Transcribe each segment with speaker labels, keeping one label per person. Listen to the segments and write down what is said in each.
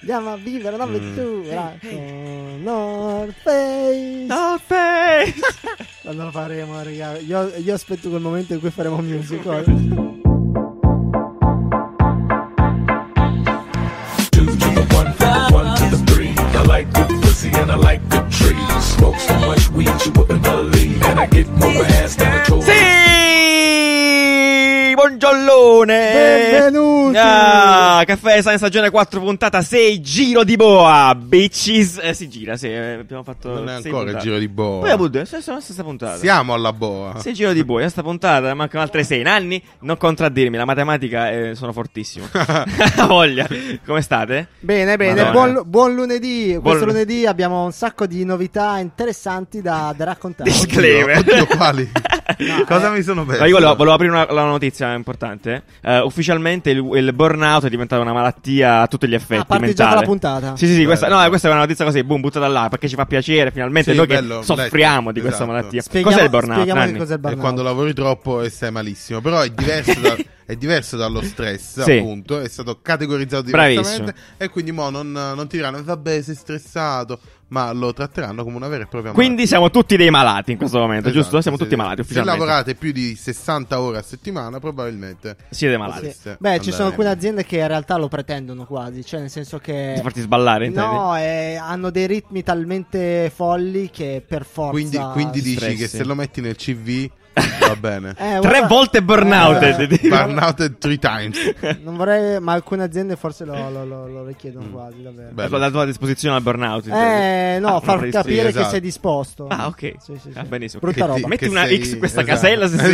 Speaker 1: Andiamo a vivere
Speaker 2: Mm.
Speaker 1: un'avventura con North Face.
Speaker 2: No, face!
Speaker 1: Quando lo faremo, raga. Io, io aspetto quel momento in cui faremo oh. un musical.
Speaker 3: two to the one, from the one to the three. I like good pussy and I like good trees. Smoke so much weed you wouldn't believe, and I get more ass than a troll.
Speaker 2: Sì! Buongiornone!
Speaker 1: Benvenuti!
Speaker 2: Ah, caffè San Stagione 4 puntata 6, giro di boa! Bitches! Eh, si gira, sì, eh, abbiamo fatto
Speaker 4: Non è
Speaker 2: sei
Speaker 4: ancora il
Speaker 2: puntate.
Speaker 4: giro di boa.
Speaker 2: Poi appunto, è stessa la stessa puntata.
Speaker 4: Siamo alla boa.
Speaker 2: Sei giro di boia, sta puntata, mancano altre sei in anni. Non contraddirmi, la matematica eh, sono fortissimo. Ha voglia. Come state?
Speaker 1: Bene, bene,
Speaker 2: Madonna.
Speaker 1: buon, lu- buon lunedì. Questo
Speaker 2: lu-
Speaker 1: lunedì abbiamo un sacco di novità interessanti da, da raccontare.
Speaker 2: Disclaimer.
Speaker 4: Oddio, quali? Cosa
Speaker 1: eh.
Speaker 4: mi sono perso?
Speaker 2: Ma io volevo, volevo aprire una, la notizia importante. Eh, ufficialmente il, il burnout è diventata una malattia a tutti gli effetti.
Speaker 1: Ah, parte già
Speaker 2: mentale.
Speaker 1: dalla puntata.
Speaker 2: Sì, sì, sì. Questa,
Speaker 4: Bello.
Speaker 2: no, questa è una notizia così, boom, buttata là perché ci fa piacere. Finalmente
Speaker 4: Sì,
Speaker 2: noi
Speaker 4: bello,
Speaker 2: che soffriamo
Speaker 4: letto,
Speaker 2: di questa
Speaker 4: esatto.
Speaker 2: malattia.
Speaker 1: Spieghiamo-
Speaker 2: cos'è il burnout?
Speaker 1: Spieghiamo che
Speaker 2: Nanni?
Speaker 1: cos'è il
Speaker 4: È
Speaker 1: burnout.
Speaker 4: quando lavori troppo e stai malissimo. Però è diverso, da- è diverso dallo stress,
Speaker 2: Sì.
Speaker 4: appunto. È stato categorizzato
Speaker 2: Bravissimo.
Speaker 4: diversamente. E quindi mo non, non ti diranno, vabbè, sei stressato. Ma lo tratteranno come una vera e propria
Speaker 2: Quindi siamo tutti dei malati in questo momento,
Speaker 4: malattia.
Speaker 2: giusto? Siamo
Speaker 4: Esatto, se-
Speaker 2: tutti malati
Speaker 4: Se
Speaker 2: ufficialmente.
Speaker 4: lavorate più di 60 ore a settimana, probabilmente
Speaker 2: Siete malati.
Speaker 4: potreste
Speaker 1: Beh, ci
Speaker 4: andare
Speaker 1: sono alcune
Speaker 4: meglio.
Speaker 1: aziende che in realtà lo pretendono quasi, cioè nel senso che...
Speaker 2: Di farti sballare, intendi?
Speaker 1: No, eh, hanno dei ritmi talmente folli che per forza...
Speaker 4: Quindi, quindi dici
Speaker 2: Stressi.
Speaker 4: che se lo metti nel CV va bene.
Speaker 1: Eh,
Speaker 2: Tre
Speaker 1: guarda-
Speaker 2: volte burnout,
Speaker 1: Eh,
Speaker 2: eh, ti dico.
Speaker 4: Burnout Ah. three times.
Speaker 1: Non vorrei, ma alcune aziende forse lo, lo- lo- lo richiedono
Speaker 4: Mm.
Speaker 1: quasi, davvero.
Speaker 4: Bello.
Speaker 2: La tua disposizione al burnout. intendi?
Speaker 1: Eh, no,
Speaker 2: Ah,
Speaker 1: far
Speaker 2: sì,
Speaker 1: capire
Speaker 4: esatto.
Speaker 1: che sei disposto.
Speaker 2: Ah, ok.
Speaker 1: Sì, sì, sì.
Speaker 2: Ah, benissimo.
Speaker 1: Brutta
Speaker 4: Che ti-
Speaker 1: roba.
Speaker 2: Metti
Speaker 4: che
Speaker 2: una
Speaker 4: sei-
Speaker 2: X in questa
Speaker 4: esatto.
Speaker 2: casella se sei-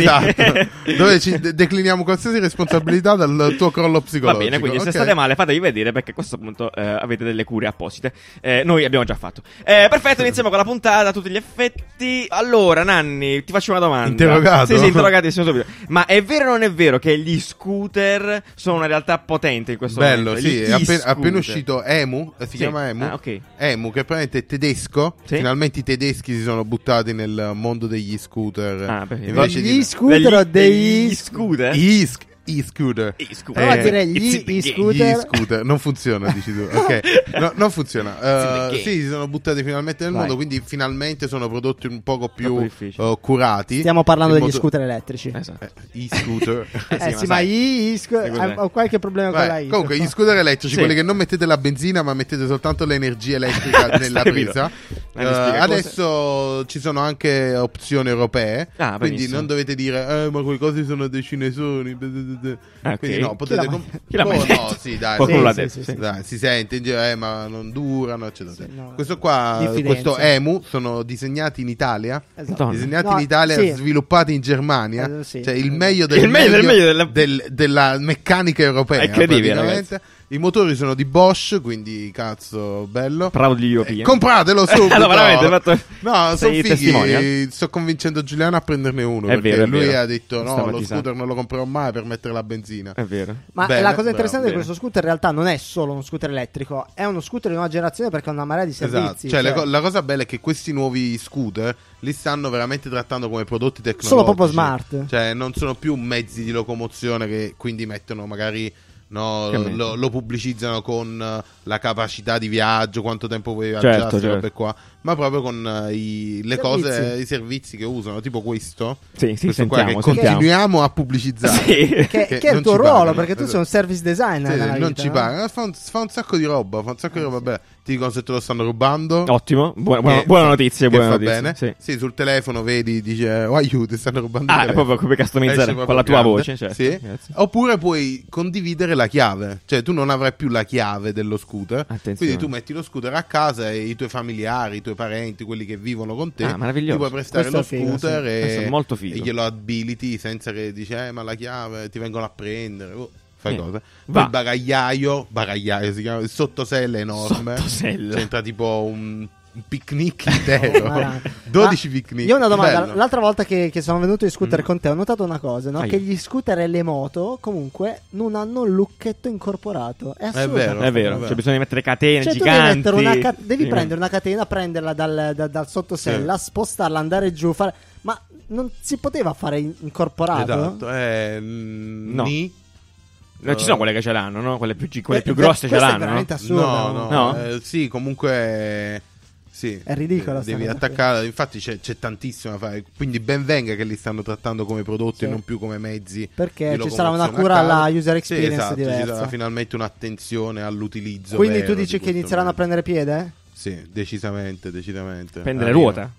Speaker 4: Esatto. Dove ci de- decliniamo qualsiasi responsabilità dal tuo crollo
Speaker 2: Va
Speaker 4: psicologico.
Speaker 2: bene, quindi se
Speaker 4: Ok.
Speaker 2: state male fatevi vedere perché a questo punto eh, avete delle cure apposite. Eh, noi abbiamo già fatto. Eh, perfetto, iniziamo con la puntata a tutti gli effetti. Allora, Nanni, ti faccio una domanda.
Speaker 4: Interrogato?
Speaker 2: Sì, sì, interrogatissimo subito. Ma è vero o non è vero che gli scooter sono una realtà potente in questo
Speaker 4: Bello,
Speaker 2: momento?
Speaker 4: sì,
Speaker 2: Gli
Speaker 4: è appena,
Speaker 2: scooter.
Speaker 4: appena uscito Emu, eh, si
Speaker 2: Sì.
Speaker 4: chiama Emu,
Speaker 2: Ah, ok.
Speaker 4: Emu che praticamente è tedesco,
Speaker 2: Sì.
Speaker 4: finalmente i tedeschi si sono buttati nel mondo degli scooter,
Speaker 2: Ah, perché-
Speaker 4: invece
Speaker 1: Gli
Speaker 4: di...
Speaker 1: scooter o degli...
Speaker 2: degli scooter?
Speaker 4: Gli sc- gli scooter.
Speaker 2: Gli scooter.
Speaker 1: Prova a
Speaker 4: Eh,
Speaker 1: dire
Speaker 2: it's
Speaker 1: gli,
Speaker 2: the
Speaker 1: gli
Speaker 2: game.
Speaker 1: scooter.
Speaker 4: Gli scooter, non funziona, dici tu. Ok, No, non funziona. Eh,
Speaker 2: Sì, perché?
Speaker 4: sì, si sono buttati finalmente nel
Speaker 2: Vai.
Speaker 4: mondo, quindi finalmente sono prodotti un poco più
Speaker 2: Troppo difficile.
Speaker 4: eh, curati.
Speaker 1: Stiamo parlando
Speaker 4: In
Speaker 1: degli
Speaker 4: modo-
Speaker 1: scooter elettrici. Eh,
Speaker 2: Esatto.
Speaker 4: eh, gli scooter.
Speaker 2: Eh,
Speaker 1: sì, ma,
Speaker 2: sai.
Speaker 1: gli, gli
Speaker 2: Sai
Speaker 1: scooter...
Speaker 2: cos'è?
Speaker 1: Ho qualche problema con la
Speaker 4: Vabbè,
Speaker 1: I.
Speaker 4: comunque gli scooter elettrici,
Speaker 2: Sì.
Speaker 4: quelli che non mettete la benzina ma mettete soltanto l'energia elettrica
Speaker 2: Stai
Speaker 4: nella
Speaker 2: capito?
Speaker 4: presa.
Speaker 2: Eh, mi
Speaker 4: Eh,
Speaker 2: spiega cosa-
Speaker 4: adesso ci sono anche opzioni europee,
Speaker 2: Ah,
Speaker 4: quindi
Speaker 2: benissimo.
Speaker 4: non dovete dire "Eh, ma quei cosi sono dei cinesoni".
Speaker 2: Ah,
Speaker 4: Quindi
Speaker 2: ok.
Speaker 4: no, potete
Speaker 1: Chi l'ha
Speaker 4: com-
Speaker 1: mai-
Speaker 2: chi l'ha mai
Speaker 4: Oh,
Speaker 2: detto?
Speaker 4: no, sì, dai.
Speaker 2: Qualcuno
Speaker 4: sì,
Speaker 2: l'ha
Speaker 4: sì,
Speaker 2: detto,
Speaker 1: sì,
Speaker 2: sì.
Speaker 1: sì.
Speaker 4: Dai, si sente in giro, eh, ma non durano, eccetera.
Speaker 1: Sì, no.
Speaker 4: Questo qua,
Speaker 1: Diffidenza.
Speaker 4: questo EMU, sono disegnati in Italia.
Speaker 1: Esatto.
Speaker 2: Madonna.
Speaker 4: Disegnati
Speaker 1: No,
Speaker 4: in Italia,
Speaker 1: sì.
Speaker 4: sviluppati in Germania.
Speaker 1: Eh, sì.
Speaker 4: Cioè, il meglio del
Speaker 2: Il meglio del meglio della-
Speaker 4: del- della meccanica europea.
Speaker 2: È incredibile,
Speaker 4: praticamente. I motori sono di Bosch, quindi cazzo, bello.
Speaker 2: Proud
Speaker 4: Eh,
Speaker 2: European.
Speaker 4: compratelo subito.
Speaker 2: No, veramente, hai fatto-
Speaker 4: No, sono
Speaker 2: sei testimonial.
Speaker 4: fighi. Sto convincendo Giuliano a prenderne uno.
Speaker 2: È
Speaker 4: perché
Speaker 2: vero, è
Speaker 4: lui
Speaker 2: vero.
Speaker 4: ha detto: No,
Speaker 2: Stava
Speaker 4: lo
Speaker 2: tisando.
Speaker 4: scooter non lo comprerò mai per mettere la benzina.
Speaker 2: È vero.
Speaker 1: Ma
Speaker 4: Bene,
Speaker 1: la cosa interessante di
Speaker 4: bravo, bene.
Speaker 1: questo scooter in realtà non è solo uno scooter elettrico, è uno scooter di nuova generazione perché ha una marea di
Speaker 4: Esatto,
Speaker 1: servizi.
Speaker 4: cioè, le
Speaker 1: cioè-
Speaker 4: co- la cosa bella è che questi nuovi scooter li stanno veramente trattando come prodotti tecnologici.
Speaker 1: Sono proprio smart.
Speaker 4: Cioè, non sono più mezzi di locomozione che quindi mettono magari. no,
Speaker 2: Che mettono?
Speaker 4: lo, lo pubblicizzano con eh, la capacità di viaggio, quanto tempo puoi
Speaker 2: Certo,
Speaker 4: viaggiare, queste
Speaker 2: certo.
Speaker 4: robe qua, ma proprio con eh, i- le cose, eh, i servizi che usano, tipo questo.
Speaker 2: Sì, sì,
Speaker 4: questo qua
Speaker 2: sentiamo,
Speaker 4: che
Speaker 2: sentiamo.
Speaker 4: continuiamo a pubblicizzare.
Speaker 2: Sì.
Speaker 1: che,
Speaker 4: che
Speaker 1: che è il
Speaker 4: non
Speaker 1: tuo
Speaker 4: ci
Speaker 1: ruolo,
Speaker 4: pagano,
Speaker 1: perché tu
Speaker 4: esatto.
Speaker 1: sei un service designer.
Speaker 4: Sì,
Speaker 1: nella
Speaker 4: non
Speaker 1: vita,
Speaker 4: ci
Speaker 1: no? Eh,
Speaker 4: paga, Eh, fa, un, fa un sacco di roba, fa un sacco di roba. Beh, ti dicono se te lo stanno rubando.
Speaker 2: Ottimo, buona, buona,
Speaker 4: Eh, Che-
Speaker 2: buona notizia,
Speaker 4: che
Speaker 2: buona
Speaker 4: fa
Speaker 2: notizia.
Speaker 4: bene.
Speaker 2: Sì.
Speaker 4: Sì. sul telefono vedi, dice "Oh, aiuto, stanno rubando il
Speaker 2: Ah, è
Speaker 4: telefono".
Speaker 2: proprio come
Speaker 4: Esce
Speaker 2: customizzare
Speaker 4: proprio
Speaker 2: con la tua
Speaker 4: grande.
Speaker 2: voce, certo.
Speaker 4: Sì. Ah,
Speaker 2: Grazie.
Speaker 4: Oppure puoi condividere la chiave, cioè tu non avrai più la chiave dello scooter.
Speaker 2: Attenzione.
Speaker 4: Quindi tu metti lo scooter a casa e i tuoi familiari, i tuoi parenti, quelli che vivono con te,
Speaker 2: Ah, meraviglioso.
Speaker 4: ti puoi prestare
Speaker 1: Questo è
Speaker 4: lo
Speaker 1: figo,
Speaker 4: scooter
Speaker 1: sì.
Speaker 2: Questo
Speaker 4: e,
Speaker 2: è molto figo.
Speaker 4: e glielo abiliti senza che dici "Eh, ma la chiave ti vengono a prendere". Oh, fai
Speaker 2: Eh,
Speaker 4: cose.
Speaker 2: va.
Speaker 4: Poi il bagagliaio, bagagliaio si chiama, il sottosella enorme.
Speaker 2: Sottosella.
Speaker 4: C'entra tipo un un picnic
Speaker 1: Ma-
Speaker 4: intero.
Speaker 1: Eh, ma
Speaker 4: 12 picnic.
Speaker 1: Io ho una domanda.
Speaker 4: Bello.
Speaker 1: L'altra volta che, che sono venuto in scooter
Speaker 2: Mm.
Speaker 1: con te, ho notato una cosa: no?
Speaker 2: Ahi.
Speaker 1: che gli scooter e le moto, comunque, non hanno il lucchetto incorporato. È assurdo.
Speaker 4: vero.
Speaker 2: È vero,
Speaker 4: Vabbè.
Speaker 2: cioè bisogna mettere catene
Speaker 1: Cioè, tu devi,
Speaker 2: giganti.
Speaker 1: mettere una ca- devi
Speaker 4: Eh.
Speaker 2: Sì.
Speaker 1: prendere una catena, prenderla dal, da- dal sottosella, spostarla, andare giù, fare. Ma non si poteva fare in- incorporato?
Speaker 4: Esatto, eh, mm,
Speaker 2: No.
Speaker 4: Esatto, ni.
Speaker 2: No, ci sono quelle che ce l'hanno, no? Quelle più, gi- quelle
Speaker 1: Eh,
Speaker 2: più
Speaker 1: que-
Speaker 2: grosse ce
Speaker 1: questa è
Speaker 2: l'hanno. no?
Speaker 1: veramente assurda, no?
Speaker 4: No, no,
Speaker 2: No?
Speaker 4: eh, sì, comunque. Sì.
Speaker 1: È ridicola sta
Speaker 4: Devi
Speaker 1: cosa qui.
Speaker 4: attaccare, infatti c'è, c'è tantissimo da fare. Quindi ben venga che li stanno trattando come prodotti
Speaker 1: Sì.
Speaker 4: e non più come mezzi.
Speaker 1: Perché
Speaker 4: di
Speaker 1: ci sarà una
Speaker 4: locomozione
Speaker 1: cura
Speaker 4: a casa.
Speaker 1: alla user
Speaker 4: Sì,
Speaker 1: experience
Speaker 4: esatto, Ci
Speaker 1: diversa.
Speaker 4: sarà finalmente un'attenzione all'utilizzo.
Speaker 1: Quindi
Speaker 4: vero
Speaker 1: tu
Speaker 4: di
Speaker 1: dici che
Speaker 4: questo
Speaker 1: inizieranno a
Speaker 4: mezzo.
Speaker 1: prendere piede?
Speaker 4: Sì, decisamente, decisamente.
Speaker 2: Prendere
Speaker 4: Arriva.
Speaker 2: ruota.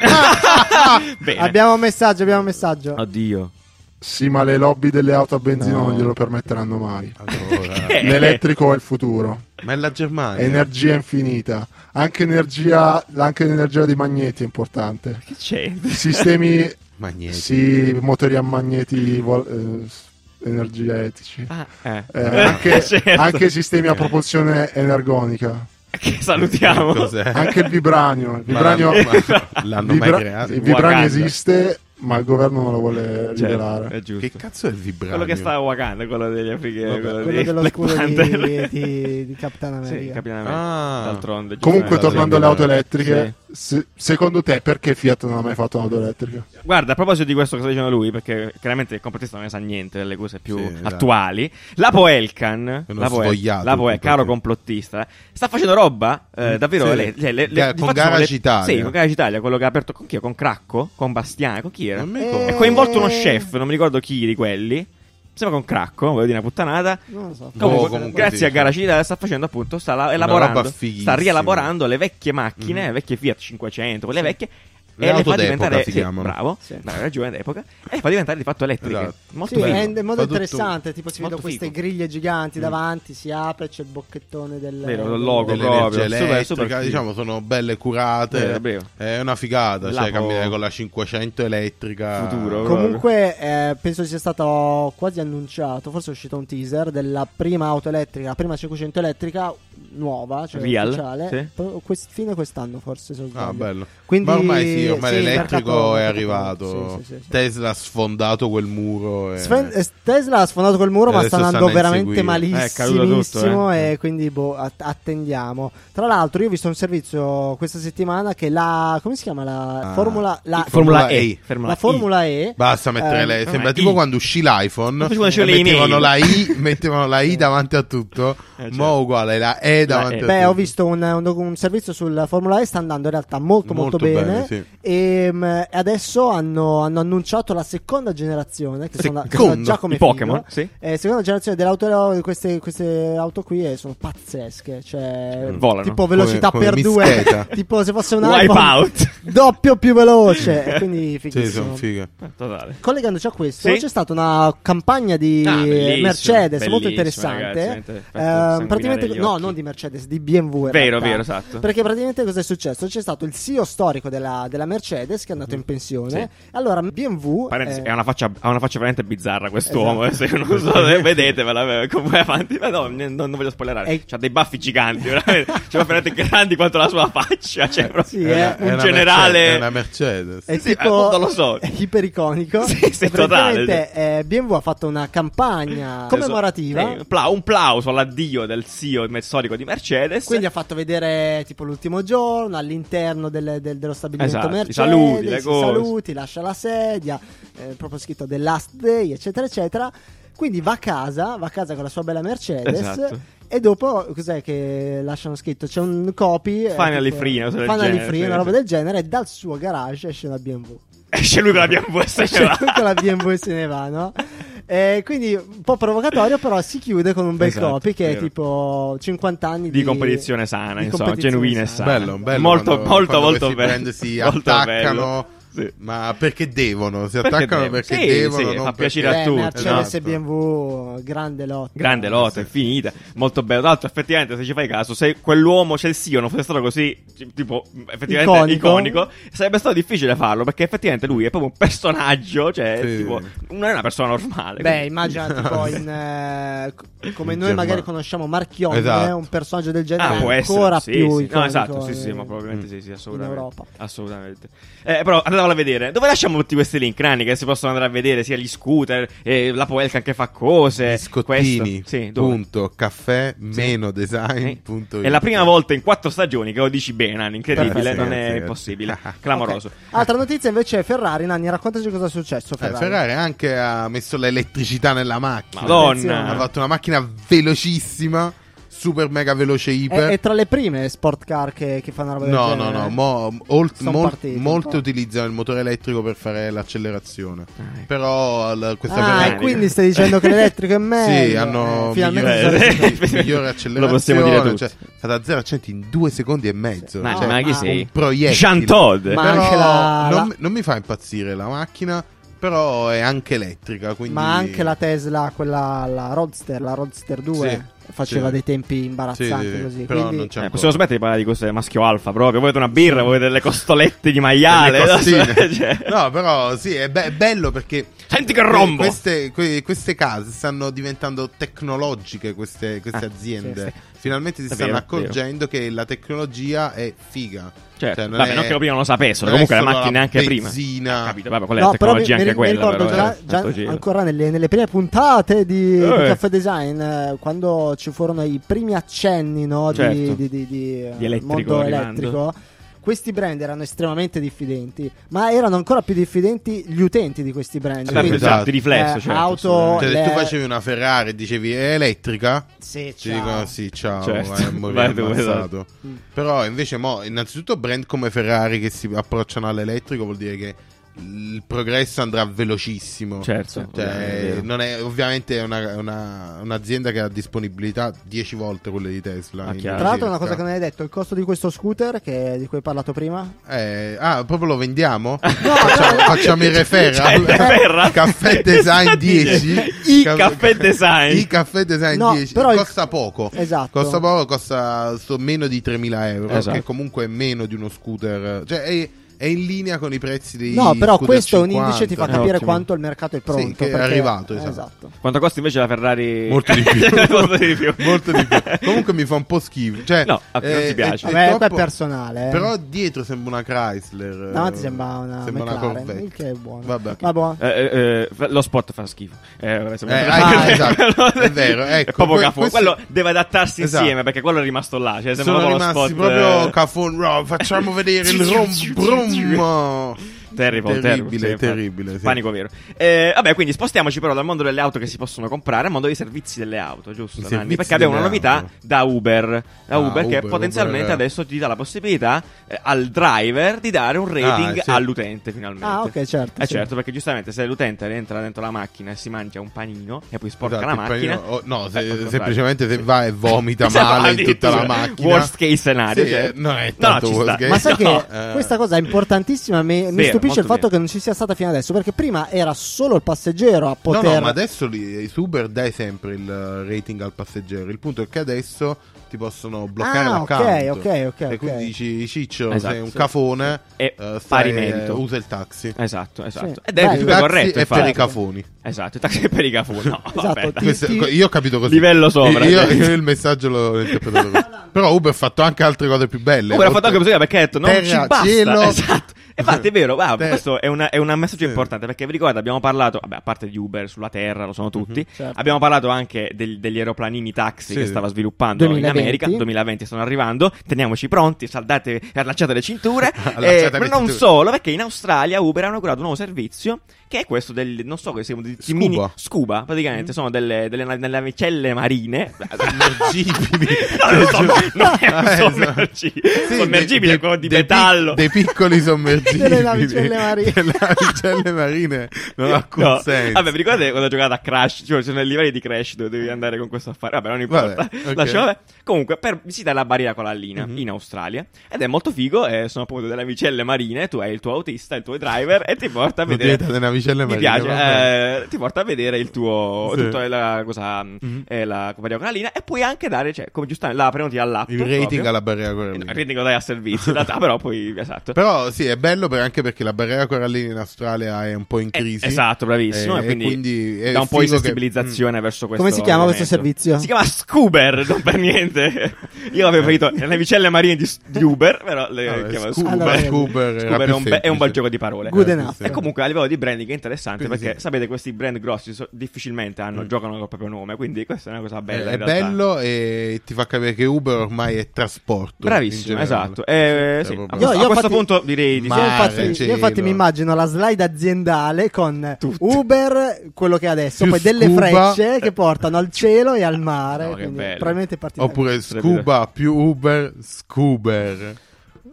Speaker 1: As-
Speaker 2: Bene.
Speaker 1: abbiamo un messaggio, abbiamo un messaggio.
Speaker 2: Oddio.
Speaker 5: Sì, ma le lobby delle auto a benzina non glielo permetteranno mai.
Speaker 4: Allora.
Speaker 2: Che? Eh.
Speaker 5: L'elettrico è il futuro.
Speaker 4: Ma è la Germania.
Speaker 5: Energia infinita. Anche, energia, anche l'energia dei magneti è importante.
Speaker 2: Che c'è?
Speaker 5: Sistemi,
Speaker 4: Ma niente.
Speaker 5: sì, motori a magneti, vol- eh, s- energetici.
Speaker 2: Ah, eh.
Speaker 5: Eh, anche,
Speaker 2: Certo.
Speaker 5: anche sistemi a propulsione energonica.
Speaker 2: Che salutiamo. Cioè,
Speaker 4: Cos'è?
Speaker 5: Anche il vibranio. Il
Speaker 4: Eh. Ma
Speaker 5: vibranio,
Speaker 4: l'hanno- ma l'hanno mai
Speaker 5: vibra-
Speaker 4: creato?
Speaker 5: il vibranio
Speaker 2: Wakanda.
Speaker 5: esiste, ma il governo non lo vuole
Speaker 2: Certo,
Speaker 5: liberare.
Speaker 2: è giusto.
Speaker 4: Che cazzo è il vibrante?
Speaker 2: quello che sta a Wakanda, quello degli africani,
Speaker 4: Vabbè.
Speaker 2: quello,
Speaker 1: Quello
Speaker 2: di
Speaker 1: dello
Speaker 2: Black
Speaker 1: scudo di,
Speaker 2: Panther.
Speaker 1: di- di Capitano America.
Speaker 2: Sì, Capitan America.
Speaker 4: Ah.
Speaker 2: D'altronde.
Speaker 4: Sì,
Speaker 5: Comunque,
Speaker 2: giustamente.
Speaker 5: tornando alle auto elettriche, se- secondo te perché Fiat non ha mai fatto un'auto elettrica?
Speaker 2: Guarda, a proposito di questo che sta dicendo lui, perché chiaramente il compatista non ne sa niente delle cose più
Speaker 4: Sì, esatto.
Speaker 2: attuali. Lapo Elkan,
Speaker 4: Uno
Speaker 2: Lapo El-
Speaker 4: svogliato,
Speaker 2: Lapo El-
Speaker 4: proprio.
Speaker 2: caro complottista, sta facendo roba eh,
Speaker 4: Mm,
Speaker 2: davvero.
Speaker 4: sì.
Speaker 2: le- le- le-
Speaker 4: Ga-
Speaker 2: di
Speaker 4: con
Speaker 2: fatto sono
Speaker 4: Garage Italia.
Speaker 2: Sì, con Garage Italia, quello che ha aperto con chi? è? Con Cracco? Con Bastiani? Con chi era?
Speaker 4: Non mi
Speaker 2: Eh,
Speaker 1: Eh,
Speaker 2: È
Speaker 4: ricordo.
Speaker 2: coinvolto uno chef, non mi ricordo chi di quelli. Sembra con Cracco, voglio dire una puttanata.
Speaker 1: Non lo so.
Speaker 4: Boh,
Speaker 2: Comunque,
Speaker 4: comunque
Speaker 2: grazie
Speaker 4: sì.
Speaker 2: a Garage Italia sta facendo appunto, sta la- elaborando,
Speaker 4: roba
Speaker 2: sta
Speaker 4: fighissima. Mm-hmm.
Speaker 2: rielaborando le vecchie macchine, le vecchie Fiat 500, quelle vecchie. e
Speaker 4: Le
Speaker 2: le
Speaker 4: auto
Speaker 2: fa
Speaker 4: d'epoca
Speaker 2: diventare
Speaker 4: si
Speaker 2: sì,
Speaker 4: chiamano.
Speaker 2: bravo,
Speaker 1: Sì.
Speaker 2: brava ragione d'epoca e le fa diventare di fatto elettriche.
Speaker 4: Esatto.
Speaker 2: Molto
Speaker 1: Sì,
Speaker 2: bello.
Speaker 1: è in
Speaker 4: Fa
Speaker 1: modo
Speaker 4: tutto-
Speaker 1: interessante, tipo si vedono
Speaker 2: molto
Speaker 1: queste
Speaker 2: figo. Mm.
Speaker 1: griglie giganti davanti, si apre, c'è il bocchettone del
Speaker 2: Vero, il logo.
Speaker 1: del-
Speaker 2: proprio,
Speaker 4: dell'energia
Speaker 2: super-
Speaker 4: elettrica,
Speaker 2: super figo.
Speaker 4: diciamo, sono belle curate.
Speaker 2: Vero, vero.
Speaker 4: È una figata,
Speaker 2: Lapo-
Speaker 4: cioè camminare con la 500 elettrica.
Speaker 2: Futuro.
Speaker 1: Comunque eh, penso sia stato quasi annunciato, forse è uscito un teaser della prima auto elettrica, la prima 500 elettrica nuova, cioè
Speaker 2: Real,
Speaker 1: ufficiale,
Speaker 2: sì.
Speaker 1: pro- quest- fine quest'anno forse se non
Speaker 4: Ah,
Speaker 1: sbaglio.
Speaker 4: bello.
Speaker 1: Quindi-
Speaker 4: Ma ormai sì, ormai
Speaker 1: sì, il
Speaker 4: l'elettrico
Speaker 1: mercato-
Speaker 4: è
Speaker 1: sì,
Speaker 4: arrivato.
Speaker 1: sì, sì, sì.
Speaker 4: Tesla ha sfondato quel muro. E...
Speaker 1: Sfen- eh, Tesla ha sfondato quel muro,
Speaker 4: E
Speaker 1: ma
Speaker 4: adesso
Speaker 1: sta andando
Speaker 4: stanno a
Speaker 1: veramente
Speaker 4: inseguire.
Speaker 2: Eh, è caduto tutto,
Speaker 1: malissimissimo.
Speaker 2: eh.
Speaker 1: E quindi boh, at- attendiamo. Tra l'altro, io ho visto un servizio questa settimana che la. come si chiama la
Speaker 4: Ah,
Speaker 1: formula? La,
Speaker 4: il Formula
Speaker 2: E,
Speaker 4: E.
Speaker 2: fermo
Speaker 1: la
Speaker 2: E.
Speaker 1: formula E.
Speaker 4: Basta mettere
Speaker 1: Eh,
Speaker 4: le.
Speaker 2: no,
Speaker 4: Sembra
Speaker 2: ma
Speaker 4: tipo
Speaker 2: I.
Speaker 4: quando uscì l'iPhone.
Speaker 2: Ma poi ci facevano le
Speaker 4: mettevano
Speaker 2: email. Eh.
Speaker 4: la I, mettevano la I davanti a tutto.
Speaker 2: certo.
Speaker 4: Mo' uguale la E davanti
Speaker 2: E.
Speaker 4: a tutto.
Speaker 1: Beh, ho visto un, un docu- un servizio sulla Formula E, sta andando in realtà molto molto,
Speaker 4: Molto
Speaker 1: bene.
Speaker 4: bene, sì.
Speaker 1: Ehm, E adesso hanno, hanno annunciato la seconda generazione, che sono,
Speaker 2: Secondo?
Speaker 1: sono già come
Speaker 2: I Pokémon,
Speaker 1: figo.
Speaker 2: sì.
Speaker 1: Eh, seconda generazione delle auto, di queste, queste auto qui eh, sono pazzesche. Cioè,
Speaker 2: Mm, volano.
Speaker 1: tipo velocità
Speaker 4: Come-
Speaker 1: per
Speaker 4: come
Speaker 1: due,
Speaker 4: mischeta.
Speaker 1: tipo se fosse un
Speaker 2: Wipe
Speaker 1: iPhone,
Speaker 2: out.
Speaker 1: doppio più veloce. E quindi
Speaker 4: Sì,
Speaker 1: fighissimo.
Speaker 4: sono fighe.
Speaker 2: Totale.
Speaker 1: Collegandoci a questo,
Speaker 2: Sì?
Speaker 1: c'è stata una campagna di
Speaker 2: Ah, bellissimo,
Speaker 1: Mercedes molto
Speaker 2: bellissimo, ragazzi,
Speaker 1: interessante.
Speaker 2: veramente ha fatto
Speaker 1: Ehm,
Speaker 2: sanguinare
Speaker 1: praticamente,
Speaker 2: gli
Speaker 1: no,
Speaker 2: occhi.
Speaker 1: non di Mercedes, di BMW. in
Speaker 2: Vero,
Speaker 1: realtà.
Speaker 2: vero, esatto.
Speaker 1: Perché praticamente cosa è successo? C'è stato il CEO storico della, della Mercedes che è andato in pensione. Allora, BMW.
Speaker 2: Mhm. Parentesi,
Speaker 1: eh,
Speaker 2: è una faccia, ha una faccia veramente bizzarra quest'uomo.
Speaker 1: Esatto.
Speaker 2: eh, Se non so, eh, vedetevela eh, come vai avanti. Ma no, ne- non, non voglio spoilerare.
Speaker 1: È-
Speaker 2: C'ha dei baffi giganti, veramente. C'ha veramente grandi quanto la sua faccia. Cioè, proprio
Speaker 1: Sì, eh, è
Speaker 4: una-
Speaker 2: un
Speaker 4: una
Speaker 2: generale.
Speaker 4: Mercedes, è una Mercedes.
Speaker 1: È
Speaker 2: Sì, sì,
Speaker 1: tipo
Speaker 2: eh, non lo so.
Speaker 1: ipericonico.
Speaker 2: Sì, sì,
Speaker 1: E
Speaker 2: totale,
Speaker 1: praticamente, eh, BMW ha fatto una campagna commemorativa.
Speaker 2: Sì, eh, un pla- un plauso all'addio del CEO me- storico di Mercedes.
Speaker 1: Quindi ha fatto vedere tipo l'ultimo giorno all'interno del- del- dello stabilimento
Speaker 2: Esatto, i
Speaker 1: Mercedes,
Speaker 2: saluti, le
Speaker 1: i
Speaker 2: cose.
Speaker 1: saluti, lascia la sedia, eh, proprio scritto The Last Day, eccetera, eccetera. Quindi va a casa, va a casa con la sua bella Mercedes.
Speaker 2: Esatto.
Speaker 1: E dopo, cos'è che lasciano scritto? C'è un copy. eh,
Speaker 2: Finally
Speaker 1: tipo,
Speaker 2: free, una cosa del
Speaker 1: Finally
Speaker 2: genere,
Speaker 1: free,
Speaker 2: sì,
Speaker 1: una roba
Speaker 2: sì.
Speaker 1: del genere. E dal suo garage esce una BMW.
Speaker 2: esce lui con la BMW e se
Speaker 1: Esce
Speaker 2: ne va.
Speaker 1: lui con la BMW e se ne va, no? Eh, quindi un po' provocatorio, però si chiude con un bel
Speaker 2: Esatto,
Speaker 1: copy che è
Speaker 2: vero.
Speaker 1: tipo 50 anni di,
Speaker 2: di competizione sana,
Speaker 1: di
Speaker 2: insomma,
Speaker 1: competizione
Speaker 2: genuina e
Speaker 1: sana.
Speaker 2: sana.
Speaker 4: Bello, bello
Speaker 2: Molto,
Speaker 4: quando-
Speaker 2: molto,
Speaker 4: quando
Speaker 2: molto
Speaker 4: questi
Speaker 2: bello.
Speaker 4: brand si
Speaker 2: Molto
Speaker 4: attaccano,
Speaker 2: bello. Sì.
Speaker 4: ma perché devono? Si
Speaker 2: Perché
Speaker 4: attaccano
Speaker 2: devono?
Speaker 4: perché
Speaker 2: Sì,
Speaker 4: devono.
Speaker 2: sì,
Speaker 4: non
Speaker 2: fa piacere
Speaker 4: perché-
Speaker 2: a
Speaker 1: Beh,
Speaker 2: tutti,
Speaker 1: Mercedes
Speaker 4: Esatto.
Speaker 1: e BMW, grande lotta.
Speaker 2: Grande lotta, è finita. Molto bello. Tra l'altro, effettivamente, se ci fai caso, se quell'uomo, cioè il CEO, non fosse stato così, c- tipo, mm, effettivamente
Speaker 1: Iconico.
Speaker 2: iconico. sarebbe stato difficile farlo perché effettivamente lui è proprio un personaggio, cioè,
Speaker 4: Sì.
Speaker 2: tipo, non è una persona normale.
Speaker 1: Beh,
Speaker 2: quindi-
Speaker 1: immagina tipo in, eh, co- come
Speaker 4: In
Speaker 1: noi magari
Speaker 4: Germania.
Speaker 1: conosciamo Marchione,
Speaker 4: Esatto.
Speaker 1: un personaggio del
Speaker 2: Ah,
Speaker 1: genere
Speaker 2: può essere.
Speaker 1: ancora
Speaker 2: sì,
Speaker 1: più
Speaker 2: sì.
Speaker 1: iconico,
Speaker 2: No, esatto, sì, sì,
Speaker 1: eh.
Speaker 2: ma probabilmente sì, sì, assolutamente.
Speaker 1: Europa.
Speaker 2: Assolutamente. Eh, però andate andiamola a vedere. Dove lasciamo tutti questi link, Nanni? Che si possono andare a vedere sia gli scooter, eh, la Poelcan che fa cose.
Speaker 4: Biscottini,
Speaker 2: questo. Sì, dove?
Speaker 4: punto, caffè, meno design,
Speaker 2: Sì.
Speaker 4: punto
Speaker 2: È la
Speaker 4: it.
Speaker 2: prima volta in quattro stagioni che lo dici bene, Nanni. Incredibile,
Speaker 4: Perfetto.
Speaker 2: non è
Speaker 4: Grazie, grazie.
Speaker 2: possibile.
Speaker 4: Ok.
Speaker 2: Clamoroso.
Speaker 1: Altra notizia invece è Ferrari. Nanni, raccontaci cosa è successo.
Speaker 4: Eh,
Speaker 1: Ferrari.
Speaker 4: Ferrari anche ha messo l'elettricità nella macchina.
Speaker 2: Madonna.
Speaker 4: Ha fatto una macchina velocissima, super mega veloce
Speaker 1: È,
Speaker 4: iper.
Speaker 1: è tra le prime sport car che, che fanno una roba
Speaker 4: No,
Speaker 1: del
Speaker 4: no,
Speaker 1: genere.
Speaker 4: no, mo- molt-
Speaker 1: Son
Speaker 4: mol-
Speaker 1: eh, partiti eh. un po'.
Speaker 4: molti utilizzano il motore elettrico per fare l'accelerazione.
Speaker 2: Ah, ecco.
Speaker 4: Però l- questa
Speaker 1: Ah,
Speaker 4: Ferrari
Speaker 1: e quindi stai dicendo che l'elettrico è meglio.
Speaker 4: Sì, hanno
Speaker 1: Eh, finalmente
Speaker 2: migliore-
Speaker 1: sono
Speaker 2: Eh,
Speaker 1: riusciti.
Speaker 2: sì.
Speaker 4: migliore
Speaker 2: Lo possiamo dire
Speaker 4: accelerazione,
Speaker 2: tutti.
Speaker 4: cioè, è stata 0 a 100 in 2 secondi e mezzo.
Speaker 2: Ma,
Speaker 4: cioè,
Speaker 2: ma chi
Speaker 1: ah,
Speaker 2: sei?
Speaker 4: un proiettile.
Speaker 2: Jean Todd. Eh,
Speaker 1: Ma-
Speaker 4: Però
Speaker 1: anche la-
Speaker 4: non,
Speaker 1: la-
Speaker 4: non mi fa impazzire la macchina, però è anche elettrica, quindi
Speaker 1: Ma anche la Tesla, quella la Roadster, la Roadster 2, faceva
Speaker 4: sì.
Speaker 1: dei tempi
Speaker 4: Sì,
Speaker 1: imbarazzanti
Speaker 4: sì,
Speaker 1: così.
Speaker 4: però
Speaker 1: quindi-
Speaker 4: non c'è
Speaker 2: Eh,
Speaker 4: ancora.
Speaker 2: possiamo smettere di parlare di questo maschio alfa proprio. Volete una birra, volete delle costolette di maiale.
Speaker 4: Delle
Speaker 2: non so,
Speaker 4: costine.
Speaker 2: cioè.
Speaker 4: No, però sì, è, be- è bello perché
Speaker 2: Senti che rombo!
Speaker 4: queste, que- queste case stanno diventando tecnologiche, queste, queste aziende.
Speaker 1: Ah, sì,
Speaker 4: Finalmente si
Speaker 2: È
Speaker 4: stanno
Speaker 2: vero, è vero.
Speaker 4: accorgendo che la tecnologia è figa.
Speaker 2: Cioè,
Speaker 4: Cioè,
Speaker 2: vabbè, non che lo prima non lo sapessero.
Speaker 4: non è
Speaker 2: Comunque la
Speaker 4: solo
Speaker 2: macchina
Speaker 4: la
Speaker 2: anche prima.
Speaker 4: benzina.
Speaker 2: Eh, Capito, vabbè, quella è
Speaker 1: No,
Speaker 2: la
Speaker 1: però mi,
Speaker 2: tecnologia
Speaker 1: mi-
Speaker 2: anche
Speaker 1: mi
Speaker 2: quella.
Speaker 1: ricordo
Speaker 2: però,
Speaker 1: già,
Speaker 2: eh,
Speaker 1: già
Speaker 2: tanto giro.
Speaker 1: ancora nelle, nelle prime puntate di,
Speaker 2: Eh.
Speaker 1: di Caffè Design, eh, quando ci furono i primi accenni no, di-
Speaker 2: Certo.
Speaker 1: di, di- di, eh,
Speaker 2: Di elettrico
Speaker 1: mondo
Speaker 2: arrivando.
Speaker 1: elettrico. Questi brand erano estremamente diffidenti, ma erano ancora più diffidenti gli utenti di questi brand.
Speaker 2: Eh,
Speaker 4: Quindi,
Speaker 2: esatto, di riflesso,
Speaker 1: eh,
Speaker 2: certo,
Speaker 1: auto-
Speaker 2: assolutamente.
Speaker 4: Cioè,
Speaker 1: le-
Speaker 4: se tu facevi una Ferrari e dicevi è elettrica,
Speaker 1: Sì,
Speaker 4: ci
Speaker 1: ciao.
Speaker 4: dicono sì, ciao,
Speaker 2: Certo.
Speaker 4: vai a morire
Speaker 2: Vai tu,
Speaker 4: ammazzato.
Speaker 1: Mm.
Speaker 4: Però invece mo, innanzitutto brand come Ferrari che si approcciano all'elettrico vuol dire che il progresso andrà velocissimo.
Speaker 2: Certo.
Speaker 4: Cioè,
Speaker 2: ovviamente.
Speaker 4: non è, ovviamente è una- una- un'azienda che ha disponibilità 10 volte quelle di Tesla.
Speaker 2: Ah,
Speaker 4: in
Speaker 2: chiaro.
Speaker 1: Tra l'altro, una cosa che
Speaker 4: circa.
Speaker 1: non hai detto: il costo di questo scooter che- di cui hai parlato prima,
Speaker 4: Eh, ah, proprio lo vendiamo? facciamo, facciamo il
Speaker 2: Cioè,
Speaker 4: referral.
Speaker 2: il referral.
Speaker 4: Caffè Design
Speaker 2: Esatto,
Speaker 4: 10.
Speaker 2: i Caffè Design.
Speaker 4: Cioè, I Caffè Design
Speaker 1: No,
Speaker 4: 10.
Speaker 1: però il-
Speaker 4: Eh, costa poco.
Speaker 1: Esatto.
Speaker 4: Costa poco, costa so, meno di 3.000 euro.
Speaker 2: Esatto.
Speaker 4: Che comunque è meno di uno scooter. Cioè, è, è in linea con i prezzi dei
Speaker 1: No, però
Speaker 4: scooter
Speaker 1: questo è un
Speaker 4: 50.
Speaker 1: indice che ti fa
Speaker 2: Eh,
Speaker 1: capire
Speaker 2: ottimo.
Speaker 1: quanto il mercato è pronto.
Speaker 4: Sì, che è
Speaker 1: perché-
Speaker 4: arrivato,
Speaker 1: eh,
Speaker 4: esatto.
Speaker 2: Quanto costa invece la Ferrari?
Speaker 4: Molto di più.
Speaker 2: Molto di più.
Speaker 4: Molto di più. Comunque mi fa un po' schifo. Cioè,
Speaker 2: No, a- non ti piace.
Speaker 1: Vabbè, poi
Speaker 4: è
Speaker 1: è
Speaker 4: Cioè, troppo-
Speaker 1: personale. eh.
Speaker 4: Però dietro sembra una Chrysler. eh,
Speaker 1: Davanti sembra una
Speaker 4: sembra una
Speaker 1: McLaren,
Speaker 4: Corvette.
Speaker 1: il che è buono.
Speaker 4: Vabbè.
Speaker 1: Ma buono.
Speaker 2: Eh, eh, eh, lo spot fa schifo. Eh, vabbè, siamo-
Speaker 4: Eh, ah,
Speaker 2: Eh,
Speaker 4: esatto, è vero, ecco,
Speaker 2: è proprio
Speaker 4: que-
Speaker 2: cafone.
Speaker 4: questo-
Speaker 2: Quello deve adattarsi
Speaker 4: Esatto.
Speaker 2: insieme perché quello è rimasto là. Cioè, sembra
Speaker 4: Sono
Speaker 2: proprio
Speaker 4: rimasti
Speaker 2: lo spot.
Speaker 4: proprio
Speaker 2: eh,
Speaker 4: cafon. no, facciamo vedere il rom brum.
Speaker 2: Terrible, terrible, sì,
Speaker 4: terribile,
Speaker 2: infatti.
Speaker 4: terribile. sì.
Speaker 2: Panico vero. Eh, vabbè, quindi spostiamoci però dal mondo delle auto che si possono comprare al mondo dei servizi delle auto,
Speaker 4: I
Speaker 2: giusto?
Speaker 4: servizi
Speaker 2: Nanni? Perché abbiamo una
Speaker 4: delle
Speaker 2: novità
Speaker 4: auto.
Speaker 2: da Uber. Da
Speaker 4: Ah,
Speaker 2: Uber che
Speaker 4: Uber,
Speaker 2: potenzialmente
Speaker 4: Uber, eh.
Speaker 2: adesso ti dà la possibilità eh, al driver di dare un rating
Speaker 4: Ah, sì.
Speaker 2: all'utente finalmente.
Speaker 1: Ah, ok, certo.
Speaker 2: Eh
Speaker 1: sì.
Speaker 2: certo, perché giustamente se l'utente entra dentro la macchina e si mangia un panino e poi sporca
Speaker 4: Esatto,
Speaker 2: la
Speaker 4: il panino-
Speaker 2: macchina.
Speaker 4: oh, no, se-
Speaker 2: Eh, al contrario.
Speaker 4: semplicemente se va e vomita
Speaker 2: Esatto,
Speaker 4: male in tutta la
Speaker 2: addirittura.
Speaker 4: macchina.
Speaker 2: Worst case scenario,
Speaker 4: Sì,
Speaker 2: cioè.
Speaker 4: eh, no, è
Speaker 2: No,
Speaker 4: tanto
Speaker 2: ci
Speaker 4: worst
Speaker 2: sta.
Speaker 4: case.
Speaker 1: Ma sai
Speaker 2: No,
Speaker 1: che
Speaker 4: eh.
Speaker 1: questa cosa è importantissima. Mi, mi
Speaker 2: Vero,
Speaker 1: stupisce il fatto
Speaker 2: molto vero.
Speaker 1: che non ci sia stata fino adesso. Perché prima era solo il passeggero a poter.
Speaker 4: No, no, ma adesso li, i Uber dai sempre il eh, rating al passeggero. Il punto è che adesso ti possono bloccare
Speaker 1: Ah, ok,
Speaker 4: l'account.
Speaker 1: ok, ok,
Speaker 4: E
Speaker 1: ok.
Speaker 4: quindi dici, Ciccio,
Speaker 2: Esatto,
Speaker 4: sei un
Speaker 2: sì.
Speaker 4: cafone,
Speaker 2: E
Speaker 4: eh,
Speaker 2: pari
Speaker 4: stai-
Speaker 2: merito.
Speaker 4: usa il taxi.
Speaker 2: Esatto, esatto.
Speaker 1: Sì.
Speaker 2: Ed è
Speaker 1: Dai,
Speaker 2: più
Speaker 1: il taxi
Speaker 2: corretto,
Speaker 4: è per
Speaker 2: infatti.
Speaker 4: i cafoni.
Speaker 2: Esatto, il taxi è per i cafoni. No,
Speaker 1: Esatto,
Speaker 2: vabbè,
Speaker 1: ti-
Speaker 2: dai.
Speaker 4: Questo-
Speaker 1: ti-
Speaker 4: io ho capito così.
Speaker 2: Livello sopra. eh.
Speaker 4: Io, io il messaggio l'ho interpretato così. Però Uber ha fatto anche altre cose più belle.
Speaker 2: Uber ha fatto anche
Speaker 4: Oltre-
Speaker 2: così perché ha detto non
Speaker 4: Terra,
Speaker 2: ci basta.
Speaker 4: cielo.
Speaker 2: Esatto. E Infatti è vero, wow,
Speaker 4: Terra.
Speaker 2: questo è, una- è un messaggio
Speaker 4: Sì.
Speaker 2: importante perché vi ricordo abbiamo parlato, vabbè, a parte di Uber sulla terra, lo
Speaker 4: Mhm,
Speaker 2: sono tutti,
Speaker 1: certo.
Speaker 2: abbiamo parlato anche del- degli aeroplanini taxi
Speaker 4: Sì.
Speaker 2: che stava sviluppando
Speaker 1: 2020.
Speaker 2: in America, 2020 stanno arrivando, teniamoci pronti, saldate, allacciate le cinture,
Speaker 4: Allacciate
Speaker 2: Eh,
Speaker 4: le
Speaker 2: ma non
Speaker 4: cinture.
Speaker 2: solo perché in Australia Uber ha inaugurato un nuovo servizio che è questo del, non so, che si chiama di- di
Speaker 4: Scuba. Mm.
Speaker 2: mini- scuba, praticamente sono delle, delle, na- delle navicelle marine,
Speaker 4: Immergibili.
Speaker 2: No, non so- non è un
Speaker 4: Eh, so-
Speaker 2: sommergibile.
Speaker 4: Sì,
Speaker 2: Sommergibile è
Speaker 4: dei-
Speaker 2: quello di
Speaker 4: dei pic-
Speaker 2: metallo.
Speaker 4: Dei piccoli sommergibili.
Speaker 1: Delle navicelle marine.
Speaker 4: Delle navicelle marine. Non ha alcun
Speaker 2: No.
Speaker 4: senso. Eh.
Speaker 2: Vabbè, vi ricordate quando giocate a Crash? Cioè, sono i livelli di Crash dove devi andare con questo affare. Vabbè, non importa.
Speaker 4: Vabbè, ok. Mhm.
Speaker 2: Lasciamo vabbè. Comunque, per visitare la barriera corallina in Australia. Ed è molto figo. eh, sono appunto delle vicelle marine. Tu hai il tuo autista, il tuo driver e ti porta a
Speaker 4: Lo
Speaker 2: vedere.
Speaker 4: diventa delle navicelle
Speaker 2: Mi
Speaker 4: marine,
Speaker 2: piace.
Speaker 4: vabbè.
Speaker 2: eh, ti porta a vedere il tuo.
Speaker 4: Sì. Mhm.
Speaker 2: Tutta la cosa. eh, la barriera corallina. E puoi anche dare, cioè, come giustamente, la prenoti all'app.
Speaker 4: Il rating
Speaker 2: proprio.
Speaker 4: alla barriera
Speaker 2: Il
Speaker 4: corallina.
Speaker 2: rating lo dai a servizio. in realtà, però poi. Esatto.
Speaker 4: Però sì, è bello per- anche perché la barriera corallina in Australia è un po' in
Speaker 2: Eh,
Speaker 4: crisi.
Speaker 2: esatto, bravissimo.
Speaker 4: Eh,
Speaker 2: e quindi,
Speaker 4: è
Speaker 2: dà un po' di
Speaker 4: figo che- Mm.
Speaker 2: sensibilizzazione verso questo.
Speaker 1: Come si chiama
Speaker 2: argomento.
Speaker 1: questo servizio?
Speaker 2: Si chiama Scuber, non per niente. Io avevo preferito le vicelle marine di, di Uber, però le
Speaker 4: Eh. Vabbè,
Speaker 2: chiamo
Speaker 4: Scuber,
Speaker 1: Allora,
Speaker 4: Scuber era
Speaker 2: Scuber è
Speaker 4: più
Speaker 2: un, be- è un bel
Speaker 4: semplice.
Speaker 2: gioco di parole.
Speaker 1: Good
Speaker 4: Eh,
Speaker 1: enough.
Speaker 4: sì, sì.
Speaker 2: E comunque a livello di branding è interessante
Speaker 4: Quindi
Speaker 2: perché
Speaker 4: sì. Mm.
Speaker 2: sapete questi brand grossi so- difficilmente hanno, giocano col proprio nome, quindi questa è una cosa bella.
Speaker 4: è
Speaker 2: in realtà.
Speaker 4: bello e ti fa capire che Uber ormai è trasporto.
Speaker 2: Bravissimo,
Speaker 4: in generale.
Speaker 2: esatto. Eh, sì,
Speaker 4: Cioè,
Speaker 1: Io-
Speaker 2: a, questo,
Speaker 4: proprio-
Speaker 2: a
Speaker 1: io
Speaker 2: questo
Speaker 1: infatti-
Speaker 2: punto direi di
Speaker 1: Io
Speaker 2: sì.
Speaker 4: Mare,
Speaker 1: infatti, io
Speaker 4: cielo.
Speaker 1: infatti mi immagino la slide aziendale con
Speaker 2: Tutto.
Speaker 1: Uber, quello che è adesso,
Speaker 4: Più
Speaker 1: poi delle
Speaker 4: scuba.
Speaker 1: frecce che portano al cielo e al mare.
Speaker 2: No, che
Speaker 1: quindi
Speaker 2: bello.
Speaker 1: probabilmente partita.
Speaker 4: Oppure
Speaker 2: Sarebbe-
Speaker 4: Scuba più Uber, Scuber.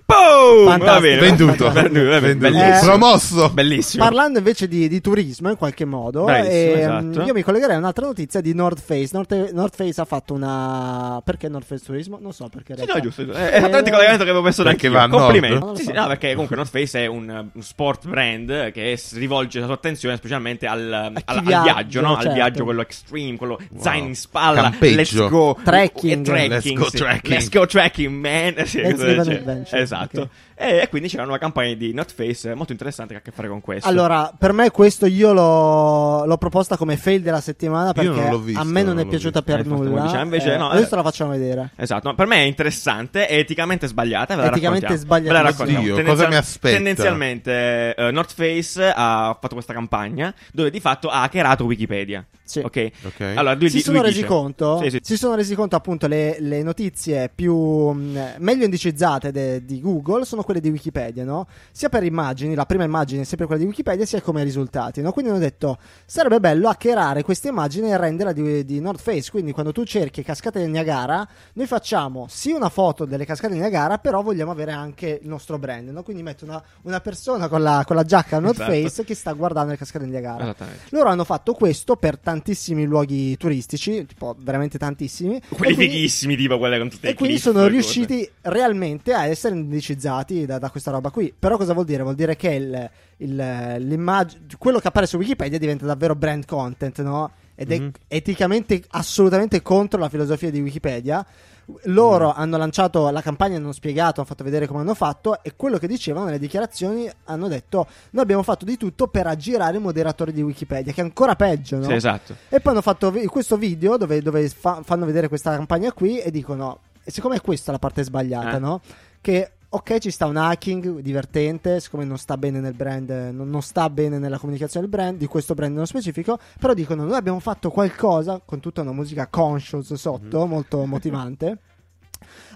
Speaker 2: Boom! Va
Speaker 1: Fantastico.
Speaker 2: bene.
Speaker 4: Venduto.
Speaker 2: Eh, Venduto, va bene,
Speaker 4: Venduto.
Speaker 2: Bellissimo.
Speaker 4: Promosso.
Speaker 2: Bellissimo.
Speaker 1: Parlando invece di, di turismo in qualche modo,
Speaker 2: Bravissimo,
Speaker 1: ehm,
Speaker 2: esatto.
Speaker 1: io mi collegherei a un'altra notizia di North Face. North, North Face ha fatto una. Perché North Face Turismo? Non so perché. in
Speaker 2: Sì, no,
Speaker 1: realtà.
Speaker 2: giusto. Eh, giusto. È esattamente il collegamento che avevo messo da
Speaker 4: Perché va a nord?
Speaker 2: Complimenti.
Speaker 1: Non lo
Speaker 2: Sì,
Speaker 1: so.
Speaker 2: sì, no, perché comunque North Face è un, eh, un sport brand che s- rivolge la sua attenzione specialmente al, al-
Speaker 1: chi
Speaker 2: al
Speaker 1: viaggia,
Speaker 2: viaggio, no?
Speaker 1: certo.
Speaker 2: Al viaggio, quello extreme, quello zaino in spalla,
Speaker 4: Campeggio.
Speaker 2: let's go
Speaker 1: Trekking.
Speaker 2: e trekking,
Speaker 4: Let's go
Speaker 2: sì.
Speaker 4: trekking.
Speaker 2: Let's go trekking, man. Sì,
Speaker 1: Let's
Speaker 2: cose
Speaker 1: live
Speaker 2: del
Speaker 1: an
Speaker 2: genere.
Speaker 1: adventure.
Speaker 2: Esatto.
Speaker 1: Ok.
Speaker 2: E, e quindi c'è una nuova campagna di North Face eh, molto interessante che ha a che fare con questo.
Speaker 1: Allora, per me questo io l'ho, l'ho proposta come fail della settimana perché
Speaker 4: non l'ho visto,
Speaker 1: a me non,
Speaker 4: non
Speaker 1: è
Speaker 4: l'ho
Speaker 1: piaciuta
Speaker 2: visto. Eh,
Speaker 1: per
Speaker 2: infatti, come
Speaker 1: nulla.
Speaker 2: dice, invece
Speaker 1: Eh,
Speaker 2: no,
Speaker 1: adesso
Speaker 2: eh.
Speaker 1: la facciamo vedere.
Speaker 2: Esatto, no, per me è interessante, è eticamente sbagliata. Ve la
Speaker 1: Eticamente
Speaker 2: raccontiamo.
Speaker 1: sbagliata.
Speaker 2: Ve la raccontiamo.
Speaker 4: Oddio,
Speaker 2: Tendenzial-
Speaker 4: cosa mi aspetta?
Speaker 2: Tendenzialmente, eh, North Face ha fatto questa campagna dove di fatto ha hackerato Wikipedia.
Speaker 1: Sì.
Speaker 2: Ok.
Speaker 4: Ok.
Speaker 2: Allora, lui,
Speaker 1: si
Speaker 2: di-
Speaker 1: sono
Speaker 2: lui
Speaker 1: resi
Speaker 2: dice-
Speaker 1: conto?
Speaker 2: Sì, sì.
Speaker 1: Si sono resi conto appunto le, le notizie più mh, meglio indicizzate de- di Google sono quelle di Wikipedia, no? Sia per immagini, la prima immagine è sempre quella di Wikipedia, sia come risultati, no? Quindi hanno detto sarebbe bello hackerare questa immagine e renderla di, di North Face. Quindi quando tu cerchi cascate del Niagara, noi facciamo sì una foto delle cascate del Niagara, però vogliamo avere anche il nostro brand, no? Quindi metto una, una persona con la, con la giacca North
Speaker 2: Esatto.
Speaker 1: Face che sta guardando le cascate del Niagara.
Speaker 2: Esattamente.
Speaker 1: Loro hanno fatto questo per tantissimi luoghi turistici, tipo veramente tantissimi.
Speaker 2: Quelli
Speaker 1: e quindi-
Speaker 2: fighissimi, tipo quelle con tutte le
Speaker 1: E quindi
Speaker 2: cliff,
Speaker 1: sono
Speaker 2: cose.
Speaker 1: riusciti realmente a essere indicizzati da, da questa roba qui. Però cosa vuol dire? Vuol dire che il, il- l'immag- quello che appare su Wikipedia diventa davvero brand content, no? Ed
Speaker 2: Mhm.
Speaker 1: è eticamente assolutamente contro la filosofia di Wikipedia. Loro
Speaker 2: Mm.
Speaker 1: hanno lanciato la campagna, hanno spiegato, hanno fatto vedere come hanno fatto e quello che dicevano nelle dichiarazioni hanno detto noi abbiamo fatto di tutto per aggirare i moderatori di Wikipedia, che è ancora peggio, no?
Speaker 2: Sì, esatto.
Speaker 1: E poi hanno fatto vi- questo video dove, dove fa- fanno vedere questa campagna qui e dicono, e siccome è questa la parte sbagliata,
Speaker 2: Eh.
Speaker 1: no? Che ok ci sta un hacking divertente, siccome non sta bene nel brand, eh, non, non sta bene nella comunicazione del brand, di questo brand nello specifico, però dicono noi abbiamo fatto qualcosa con tutta una musica conscious sotto, molto motivante.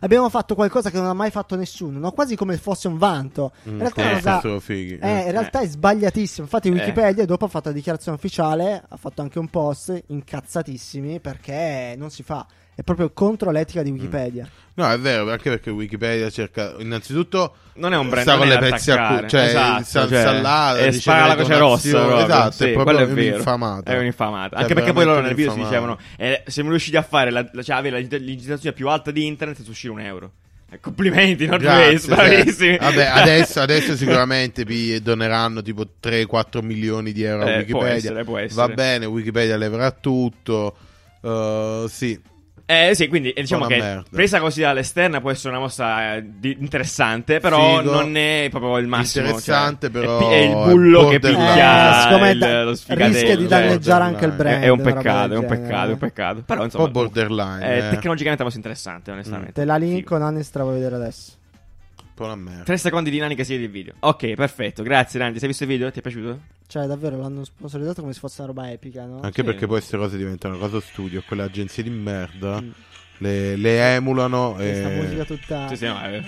Speaker 1: Abbiamo fatto qualcosa che non ha mai fatto nessuno, no? quasi come fosse un vanto.
Speaker 2: Mm,
Speaker 1: In realtà, è una
Speaker 4: Eh,
Speaker 1: cosa-
Speaker 4: sono fighi.
Speaker 1: eh, in realtà è sbagliatissimo.
Speaker 2: Eh.
Speaker 1: Infatti, Wikipedia dopo ha fatto la dichiarazione ufficiale, ha fatto anche un post incazzatissimi perché non si fa. È proprio contro l'etica
Speaker 2: Mm.
Speaker 1: di Wikipedia.
Speaker 4: No, è vero, anche perché Wikipedia cerca. Innanzitutto.
Speaker 2: Non è un brand,
Speaker 4: Sta
Speaker 2: non
Speaker 4: con
Speaker 2: è
Speaker 4: le
Speaker 2: da
Speaker 4: pezze a
Speaker 2: attaccare.
Speaker 4: cu- cioè,
Speaker 2: esatto,
Speaker 4: sa-
Speaker 2: cioè,
Speaker 4: sa là,
Speaker 2: e
Speaker 4: dice
Speaker 2: spara la
Speaker 4: le
Speaker 2: croce rossa
Speaker 4: donazioni,
Speaker 2: proprio,
Speaker 4: esatto,
Speaker 2: sì,
Speaker 4: è proprio
Speaker 2: quello è
Speaker 4: un
Speaker 2: vero.
Speaker 4: infamato.
Speaker 2: è un infamato
Speaker 4: È
Speaker 2: anche perché poi loro
Speaker 4: veramente
Speaker 2: nel video
Speaker 4: un
Speaker 2: si dicevano
Speaker 4: infamato.
Speaker 2: eh, siamo riusciti a fare la, la- cioè, avere la- l'igitazione più alta di internet su uscire un euro Eh, complimenti North
Speaker 4: Grazie,
Speaker 2: Face
Speaker 4: sì.
Speaker 2: bravissimi
Speaker 4: Vabbè, adesso, adesso sicuramente vi doneranno tipo 3-4 milioni di euro a
Speaker 2: Eh, può
Speaker 4: Wikipedia.
Speaker 2: essere, può essere.
Speaker 4: Va bene, Wikipedia leverà tutto. eh, sì,
Speaker 2: Eh sì, quindi eh, diciamo
Speaker 4: Buona
Speaker 2: che
Speaker 4: merda.
Speaker 2: presa così dall'esterna può essere una mossa eh, di- interessante, però
Speaker 4: Figo.
Speaker 2: non è proprio il massimo.
Speaker 4: Interessante,
Speaker 2: cioè,
Speaker 4: però
Speaker 2: È, pi- è il
Speaker 4: è
Speaker 2: bullo che
Speaker 4: borderline.
Speaker 1: Eh,
Speaker 2: picchia
Speaker 1: secondo me
Speaker 2: il-
Speaker 1: da-
Speaker 2: lo sfigatello.
Speaker 1: rischia di
Speaker 2: cioè,
Speaker 1: danneggiare anche il
Speaker 4: È-
Speaker 1: brand.
Speaker 2: È, è un
Speaker 1: una roba
Speaker 2: peccato, è
Speaker 1: del
Speaker 2: un
Speaker 1: genere.
Speaker 2: peccato, è un peccato. Però insomma,
Speaker 4: un po' borderline.
Speaker 2: eh,
Speaker 4: eh.
Speaker 2: tecnologicamente è una mossa interessante, onestamente.
Speaker 1: Te la
Speaker 2: Figo.
Speaker 1: link con Anestra vuoi vedere adesso.
Speaker 4: Un po' una merda.
Speaker 2: Tre secondi di Nani che si vede il video. Ok, perfetto. Grazie, Nani. Ti hai visto il video? Ti è piaciuto?
Speaker 1: Cioè, davvero l'hanno sponsorizzato come se fosse una roba epica, no?
Speaker 4: Anche
Speaker 2: sì.
Speaker 4: perché poi queste cose diventano cosa studio, quelle agenzie di merda.
Speaker 2: Mm.
Speaker 4: Le, le emulano
Speaker 1: Questa musica
Speaker 4: e...
Speaker 1: tutta.
Speaker 2: Eh, Sì, sì, no, eh.